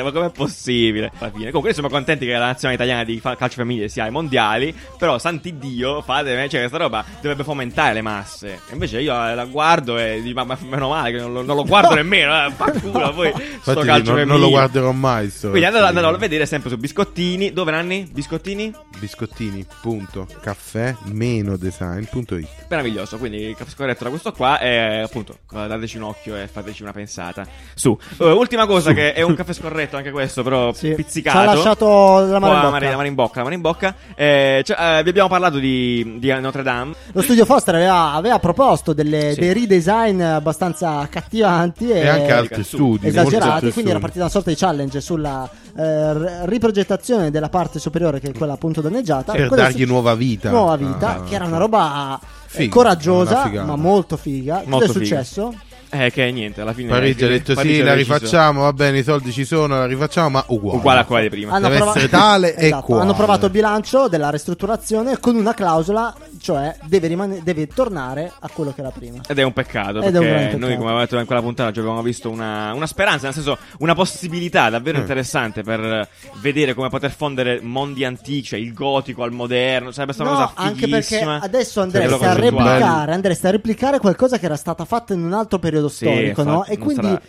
Speaker 2: passate, ma com'è possibile? Alla fine. Comunque noi siamo contenti che la nazionale italiana di fa- calcio femminile sia ai mondiali, però santi Dio, fate, cioè questa roba dovrebbe fomentare le masse. Invece io eh, la guardo e dico, ma, ma meno male che non lo, non lo guardo nemmeno, eh, fa culo, poi sto calcio
Speaker 4: Infatti non,
Speaker 2: femminile.
Speaker 4: non lo guarderò mai. sto-
Speaker 2: Quindi andate,
Speaker 4: sì.
Speaker 2: andate a vedere sempre su Biscottini, dove Nanni? Biscottini?
Speaker 4: biscottini.caffè-design.it
Speaker 2: Meraviglioso, quindi capisco corretto da questo qua e appunto eh, dateci un occhio e fateci una pensata. Su, Eh, ultima cosa che è un caffè scorretto anche questo, però
Speaker 1: Sì.
Speaker 2: pizzicato.
Speaker 1: Ci ha lasciato la mano in
Speaker 2: Qua,
Speaker 1: bocca.
Speaker 2: mare- la mano in bocca. La mano in bocca. Eh, cioè, eh, vi abbiamo parlato di, di Notre Dame.
Speaker 1: Lo studio Foster aveva, aveva proposto delle-
Speaker 2: Sì.
Speaker 1: dei redesign abbastanza accattivanti e,
Speaker 4: e anche altri
Speaker 2: Esagerati,
Speaker 4: studi. molti
Speaker 1: Eh,
Speaker 4: altri
Speaker 1: esagerati. Quindi era
Speaker 4: studi.
Speaker 1: partita una sorta di challenge sulla eh, r- riprogettazione della parte superiore, che è quella appunto danneggiata.
Speaker 4: Per
Speaker 1: Quello
Speaker 4: dargli
Speaker 1: suc-
Speaker 4: nuova vita.
Speaker 1: nuova vita,
Speaker 4: Ah,
Speaker 1: che era una roba eh,
Speaker 4: Figa, una
Speaker 1: coraggiosa,
Speaker 4: figata.
Speaker 1: ma molto figa.
Speaker 2: Molto
Speaker 1: Cosa è
Speaker 2: figa.
Speaker 1: successo?
Speaker 2: Eh, che niente, alla fine.
Speaker 4: Parigi ha detto
Speaker 2: Parigi
Speaker 4: sì, la
Speaker 2: deciso.
Speaker 4: rifacciamo, va bene, i soldi ci sono, la rifacciamo, ma uguale.
Speaker 2: Uguale a quella di prima.
Speaker 1: Hanno
Speaker 4: Deve
Speaker 1: prova-
Speaker 4: essere tale e
Speaker 1: Esatto,
Speaker 4: quale.
Speaker 1: Hanno provato il bilancio della ristrutturazione con una clausola, cioè deve, rimane- deve tornare a quello che era prima.
Speaker 2: Ed è un peccato,
Speaker 1: Ed è un
Speaker 2: perché
Speaker 1: gran peccato.
Speaker 2: noi, come avevamo detto in quella puntata, ci avevamo visto una, una speranza, nel senso una possibilità
Speaker 4: Mm.
Speaker 2: davvero interessante per eh, vedere come poter fondere mondi antichi, cioè il gotico al moderno, sarebbe stata una
Speaker 1: No,
Speaker 2: cosa
Speaker 1: anche perché
Speaker 2: fighissima. Cioè,
Speaker 1: adesso
Speaker 2: Sarebbe
Speaker 1: andresti
Speaker 2: una
Speaker 1: a
Speaker 2: cosa contestuale.
Speaker 1: replicare, andresti a replicare qualcosa che era stata fatta in un altro periodo
Speaker 2: Sì,
Speaker 1: storico, no?
Speaker 2: infatti,
Speaker 1: E
Speaker 2: non
Speaker 1: quindi
Speaker 2: sarà-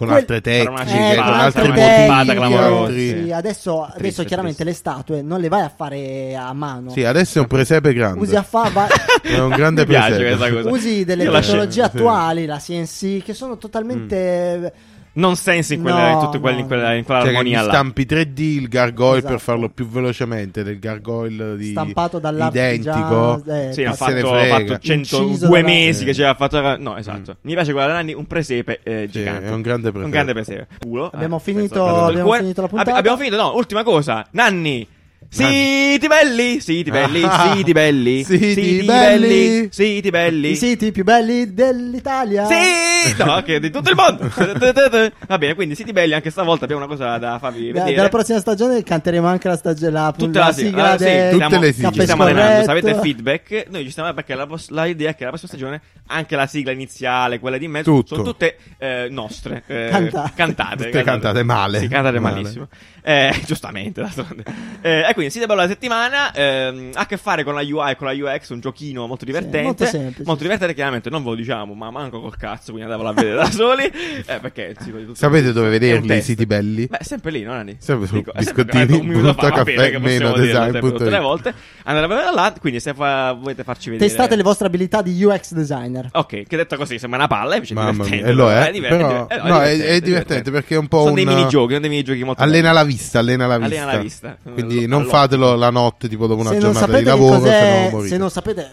Speaker 4: Con
Speaker 1: Quel-
Speaker 4: altre
Speaker 2: Era una
Speaker 4: tecniche,
Speaker 2: Eh,
Speaker 4: con
Speaker 2: con
Speaker 4: altri
Speaker 2: altre tecniche,
Speaker 4: motivi.
Speaker 2: clamorosa.
Speaker 4: altri-
Speaker 1: sì, adesso, adesso
Speaker 2: triste.
Speaker 1: chiaramente le statue non le vai a fare a mano.
Speaker 4: Sì, adesso è un presepe grande.
Speaker 1: Usi a fa- va-
Speaker 4: È un grande
Speaker 2: Mi piace
Speaker 4: presepe.
Speaker 2: questa cosa.
Speaker 1: usi delle
Speaker 2: Io la scel-
Speaker 1: tecnologie
Speaker 4: sì.
Speaker 1: attuali, la CNC, che sono totalmente...
Speaker 2: Non sensi in,
Speaker 1: No,
Speaker 2: quella, in, tutte quelle- in
Speaker 1: no,
Speaker 2: quella, in quella
Speaker 4: Cioè, che gli
Speaker 2: armonia là.
Speaker 4: stampi 3D il gargoyle
Speaker 1: Esatto.
Speaker 4: per farlo più velocemente del gargoyle di
Speaker 1: Stampato dall'artigiano,
Speaker 4: identico.
Speaker 1: eh,
Speaker 2: Sì,
Speaker 1: Ma
Speaker 2: ha
Speaker 1: se
Speaker 4: ne
Speaker 2: fatto,
Speaker 4: frega.
Speaker 2: fatto cento-
Speaker 1: Inciso
Speaker 2: due
Speaker 1: dalla- Mm.
Speaker 2: mesi che
Speaker 4: Eh.
Speaker 2: ce l'ha fatto. No, esatto. Mi piace quella Nanni, un presepe eh,
Speaker 4: Sì,
Speaker 2: gigante.
Speaker 4: è un grande presepe.
Speaker 2: Un grande presepe. Culo.
Speaker 1: Abbiamo
Speaker 2: Eh,
Speaker 1: finito-
Speaker 2: penso-
Speaker 1: abbiamo
Speaker 2: del cuore.
Speaker 1: finito la
Speaker 2: Abbi-
Speaker 1: puntata?
Speaker 2: abbiamo finito, no, ultima cosa. Nanni.
Speaker 4: Nanni.
Speaker 2: Siti belli, siti belli,
Speaker 4: Ah.
Speaker 2: siti belli,
Speaker 4: Siti
Speaker 2: siti
Speaker 4: belli.
Speaker 2: belli, siti belli.
Speaker 1: I siti più belli dell'Italia.
Speaker 2: Sì, no, che di tutto il mondo. Va bene, quindi siti belli anche stavolta abbiamo una cosa da farvi
Speaker 1: Da-
Speaker 2: vedere.
Speaker 1: dalla prossima stagione canteremo anche la, stagio- la,
Speaker 2: Tutta la sigla,
Speaker 1: sigla
Speaker 2: ah, sì,
Speaker 1: del-
Speaker 4: tutte
Speaker 2: stiamo,
Speaker 4: le sigle.
Speaker 2: ci
Speaker 1: Caffè
Speaker 2: stiamo allenando. Se avete
Speaker 1: Scorretto.
Speaker 2: feedback, noi ci stiamo perché la, pos- la idea è che la prossima stagione anche la sigla iniziale, quella di mezzo,
Speaker 4: Tutto.
Speaker 2: sono tutte eh, nostre, eh,
Speaker 1: Cantate.
Speaker 2: cantate,
Speaker 4: Tutte cantate male.
Speaker 2: Sì, cantate
Speaker 4: Male.
Speaker 2: malissimo. Eh, giustamente, d'altronde. Eh, e quindi, sì, della settimana ehm, ha a che fare con la UI e con la UX, un giochino molto divertente.
Speaker 1: molto semplice.
Speaker 2: Molto divertente, chiaramente, non ve lo diciamo, ma manco col cazzo, quindi andavolo a vedere da soli. Eh, perché sì, tutto-
Speaker 4: Sapete dove
Speaker 2: è un
Speaker 4: vederli i
Speaker 2: test.
Speaker 4: siti belli?
Speaker 2: Beh, sempre lì, no, Nani?
Speaker 4: Sempre su
Speaker 2: è sempre
Speaker 4: biscottini,
Speaker 2: arrivato un minuto
Speaker 4: punto
Speaker 2: fa, va bene,
Speaker 4: caffè,
Speaker 2: che possiamo
Speaker 4: meno
Speaker 2: dirlo
Speaker 4: design,
Speaker 2: sempre
Speaker 4: punto
Speaker 2: tutte le
Speaker 4: it.
Speaker 2: volte. Andate a vedere là, quindi se fa- volete farci vedere...
Speaker 1: Testate le vostre abilità di UX designer.
Speaker 2: Ok, che detto così sembra una palla, invece
Speaker 4: Mamma
Speaker 2: divertente,
Speaker 4: mia, e lo è.
Speaker 2: diver-
Speaker 4: però,
Speaker 2: diver- eh,
Speaker 4: no, è, è divertente, perché è un po'
Speaker 2: Sono
Speaker 4: un
Speaker 2: dei minigiochi, sono dei minigiochi molto
Speaker 4: Allena la vista, allena la vista.
Speaker 2: Allena la vista.
Speaker 4: Quindi
Speaker 2: Allo-
Speaker 4: non fatelo la notte, tipo dopo una
Speaker 1: se non
Speaker 4: giornata
Speaker 1: sapete
Speaker 4: di
Speaker 1: che
Speaker 4: lavoro, se no
Speaker 1: cos'è,
Speaker 4: morite.
Speaker 1: se non sapete, eh,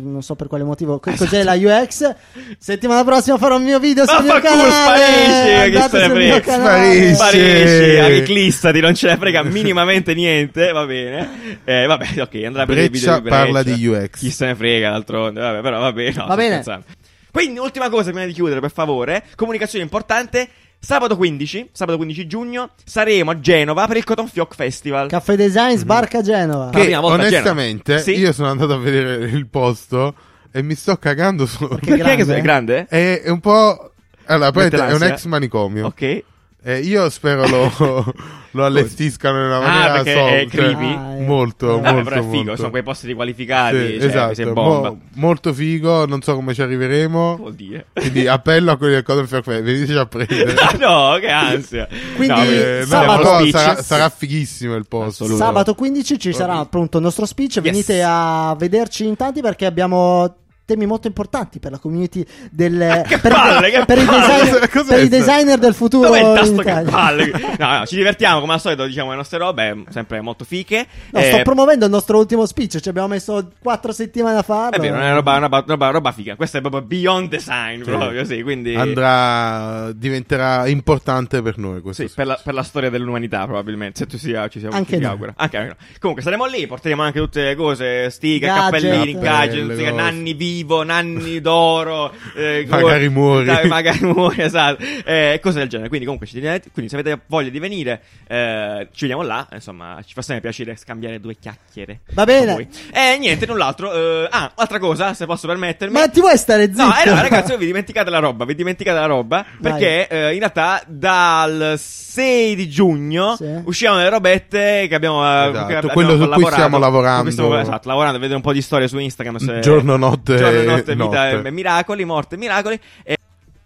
Speaker 1: non so per quale motivo, che cos'è la UX, settimana prossima farò un mio video
Speaker 2: Ma
Speaker 1: sul mio
Speaker 2: fa culo,
Speaker 1: canale.
Speaker 2: sparisci, che
Speaker 1: Andate
Speaker 2: se ne
Speaker 1: sul
Speaker 2: frega.
Speaker 1: mio canale.
Speaker 4: Sparisci.
Speaker 2: Sparisci,
Speaker 4: Sì.
Speaker 2: anche non ce ne frega minimamente niente, va bene. Eh, vabbè, ok, andrà a vedere i video
Speaker 4: Breccia
Speaker 2: di Breccia.
Speaker 4: parla di UX.
Speaker 2: Chi se ne frega, d'altronde, vabbè, però va bene. no, sto
Speaker 1: bene.
Speaker 2: scherzando. Quindi, ultima cosa prima di chiudere, per favore, comunicazione importante. Sabato 15, sabato 15 giugno, saremo a Genova per il Cotton Fioc Festival.
Speaker 1: Caffè Design sbarca a Genova.
Speaker 2: Per la
Speaker 4: Mm-hmm. Che
Speaker 2: prima volta a Genova.
Speaker 4: onestamente,
Speaker 2: Sì.
Speaker 4: io sono andato a vedere il posto e mi sto cagando solo.
Speaker 1: Perché
Speaker 2: Perché
Speaker 1: grande,
Speaker 2: che sei
Speaker 1: eh?
Speaker 2: grande?
Speaker 4: È, è un po'. Allora,
Speaker 2: Mette
Speaker 4: praticamente è un
Speaker 2: l'ansia.
Speaker 4: ex manicomio.
Speaker 2: Ok.
Speaker 4: Eh, io spero lo, lo allestiscano in una maniera
Speaker 2: Ah, perché
Speaker 4: soft,
Speaker 2: è
Speaker 4: cioè,
Speaker 2: creepy?
Speaker 1: Ah, eh.
Speaker 4: molto,
Speaker 2: Vabbè,
Speaker 4: molto,
Speaker 2: però è figo,
Speaker 4: molto.
Speaker 2: sono quei posti qualificati,
Speaker 4: Sì,
Speaker 2: cioè,
Speaker 4: esatto,
Speaker 2: sei bomba.
Speaker 4: mo- molto figo, non so come ci arriveremo.
Speaker 2: Vuol dire.
Speaker 4: Quindi appello a quelli del Cotton Fair Fest, veniteci a prendere.
Speaker 2: Ah, no, che ansia.
Speaker 1: Quindi,
Speaker 2: No,
Speaker 4: Eh, no,
Speaker 1: sabato-
Speaker 4: però
Speaker 2: speech.
Speaker 4: sarà, sarà fighissimo il posto.
Speaker 2: Assolutamente.
Speaker 1: Sabato 15 ci sarà appunto il nostro speech. Venite a vederci in tanti perché abbiamo temi molto importanti per la community del
Speaker 2: che
Speaker 1: per,
Speaker 2: palle, che
Speaker 1: per i
Speaker 2: palle!
Speaker 1: designer,
Speaker 4: Cosa- cosa
Speaker 1: per
Speaker 4: è
Speaker 1: i
Speaker 4: questo?
Speaker 1: designer del futuro
Speaker 2: Dov'è il
Speaker 1: in
Speaker 2: tasto che
Speaker 1: Italia.
Speaker 2: palle? No, no, ci divertiamo come al solito, diciamo le nostre robe, sempre molto fiche.
Speaker 1: No,
Speaker 2: Eh,
Speaker 1: sto promuovendo il nostro ultimo speech, ci abbiamo messo 4 settimane a farlo.
Speaker 2: Eh È vero, è una roba, una roba- roba- roba figa. Questa è proprio beyond design, proprio sì, quindi
Speaker 4: Andrà, diventerà importante per noi questo.
Speaker 2: Sì, per la, per la storia dell'umanità probabilmente, se tu sia, ci siamo,
Speaker 1: Anche
Speaker 2: ci si
Speaker 1: no.
Speaker 2: augura. Anche, anche no. Comunque saremo lì, porteremo anche tutte le cose, sticker,
Speaker 1: Gadget.
Speaker 2: cappellini, gadget,
Speaker 4: Cappelle,
Speaker 2: sticker,
Speaker 4: cose.
Speaker 2: nanni vivo, nanni d'oro, eh,
Speaker 4: Magari muori.
Speaker 2: dai, magari muori, esatto, eh, cose del genere. Quindi comunque ci teniamo- quindi se avete voglia di venire, eh, ci vediamo là, insomma, ci fa sempre piacere scambiare due chiacchiere.
Speaker 1: Va bene.
Speaker 2: con voi. E niente, null'altro. eh, ah, altra cosa, se posso permettermi.
Speaker 1: Ma ti vuoi stare zitto?
Speaker 2: No, eh, no, ragazzi, voi vi dimenticate la roba, vi dimenticate la roba,
Speaker 1: Vai.
Speaker 2: perché eh, in realtà dal 6 di giugno
Speaker 1: Sì.
Speaker 2: usciamo le robette che abbiamo eh,
Speaker 4: Esatto,
Speaker 2: che abbiamo
Speaker 4: quello su cui
Speaker 2: collaborato,
Speaker 4: stiamo lavorando.
Speaker 2: su cui stiamo- esatto, lavorando, vedete un po' di storie su Instagram, se-
Speaker 4: Giorno, notte,
Speaker 2: giorno, notte, vita,
Speaker 4: notte.
Speaker 2: eh, miracoli, morte, miracoli e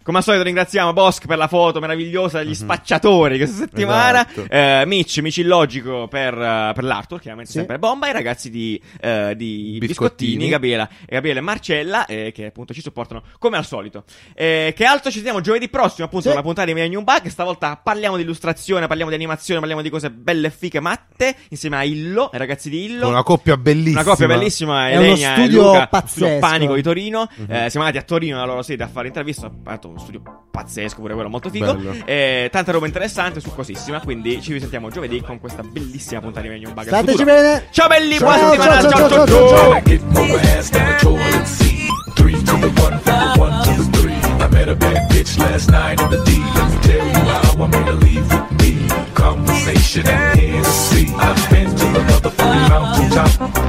Speaker 2: come al solito ringraziamo Bosch per la foto meravigliosa degli spacciatori questa settimana,
Speaker 4: Mhm. Esatto.
Speaker 2: eh, Mitch, Mitch Illogico per, eh, per l'artwork, chiaramente
Speaker 1: Sì.
Speaker 2: sempre bomba, e i ragazzi di, eh, di
Speaker 4: Biscottini.
Speaker 2: Biscottini, Gabriela, e Gabriele e Marcella, eh, che appunto ci supportano come al solito. Eh, che altro ci vediamo giovedì prossimo,
Speaker 1: Sì.
Speaker 2: appunto, con la puntata di Mia New Bug, che stavolta parliamo di illustrazione, parliamo di animazione, parliamo di cose belle, fiche, matte, insieme a Illo, ai ragazzi di Illo.
Speaker 4: Una coppia bellissima.
Speaker 2: Una coppia bellissima,
Speaker 1: È uno
Speaker 2: Elenia e
Speaker 1: studio
Speaker 2: Luca,
Speaker 1: pazzesco. Mhm.
Speaker 2: studio Panico di Torino. Eh, siamo andati a Torino alla loro sede a fare intervista. Ha fatto uno studio pazzesco, pure quello molto figo.
Speaker 4: Bello.
Speaker 2: Eh, tanta roba interessante, succosissima. Quindi ci risentiamo giovedì con questa bellissima puntata di Menu Bug. al
Speaker 1: Stateci
Speaker 2: futuro.
Speaker 1: bene.
Speaker 2: Ciao belli, buona
Speaker 1: Ciao,
Speaker 2: settimana.
Speaker 1: ciao, ciao, ciao,
Speaker 2: ciao, ciao.
Speaker 1: ciao, ciao.
Speaker 2: ciao.
Speaker 3: Tryna get more ass down the toilet and see. Three to the one, from the one to the three. I met a bad bitch last night in the D. Let me tell you how I made her leave with me. Conversation and Hennessy. I've been to the motherfucking mountaintop.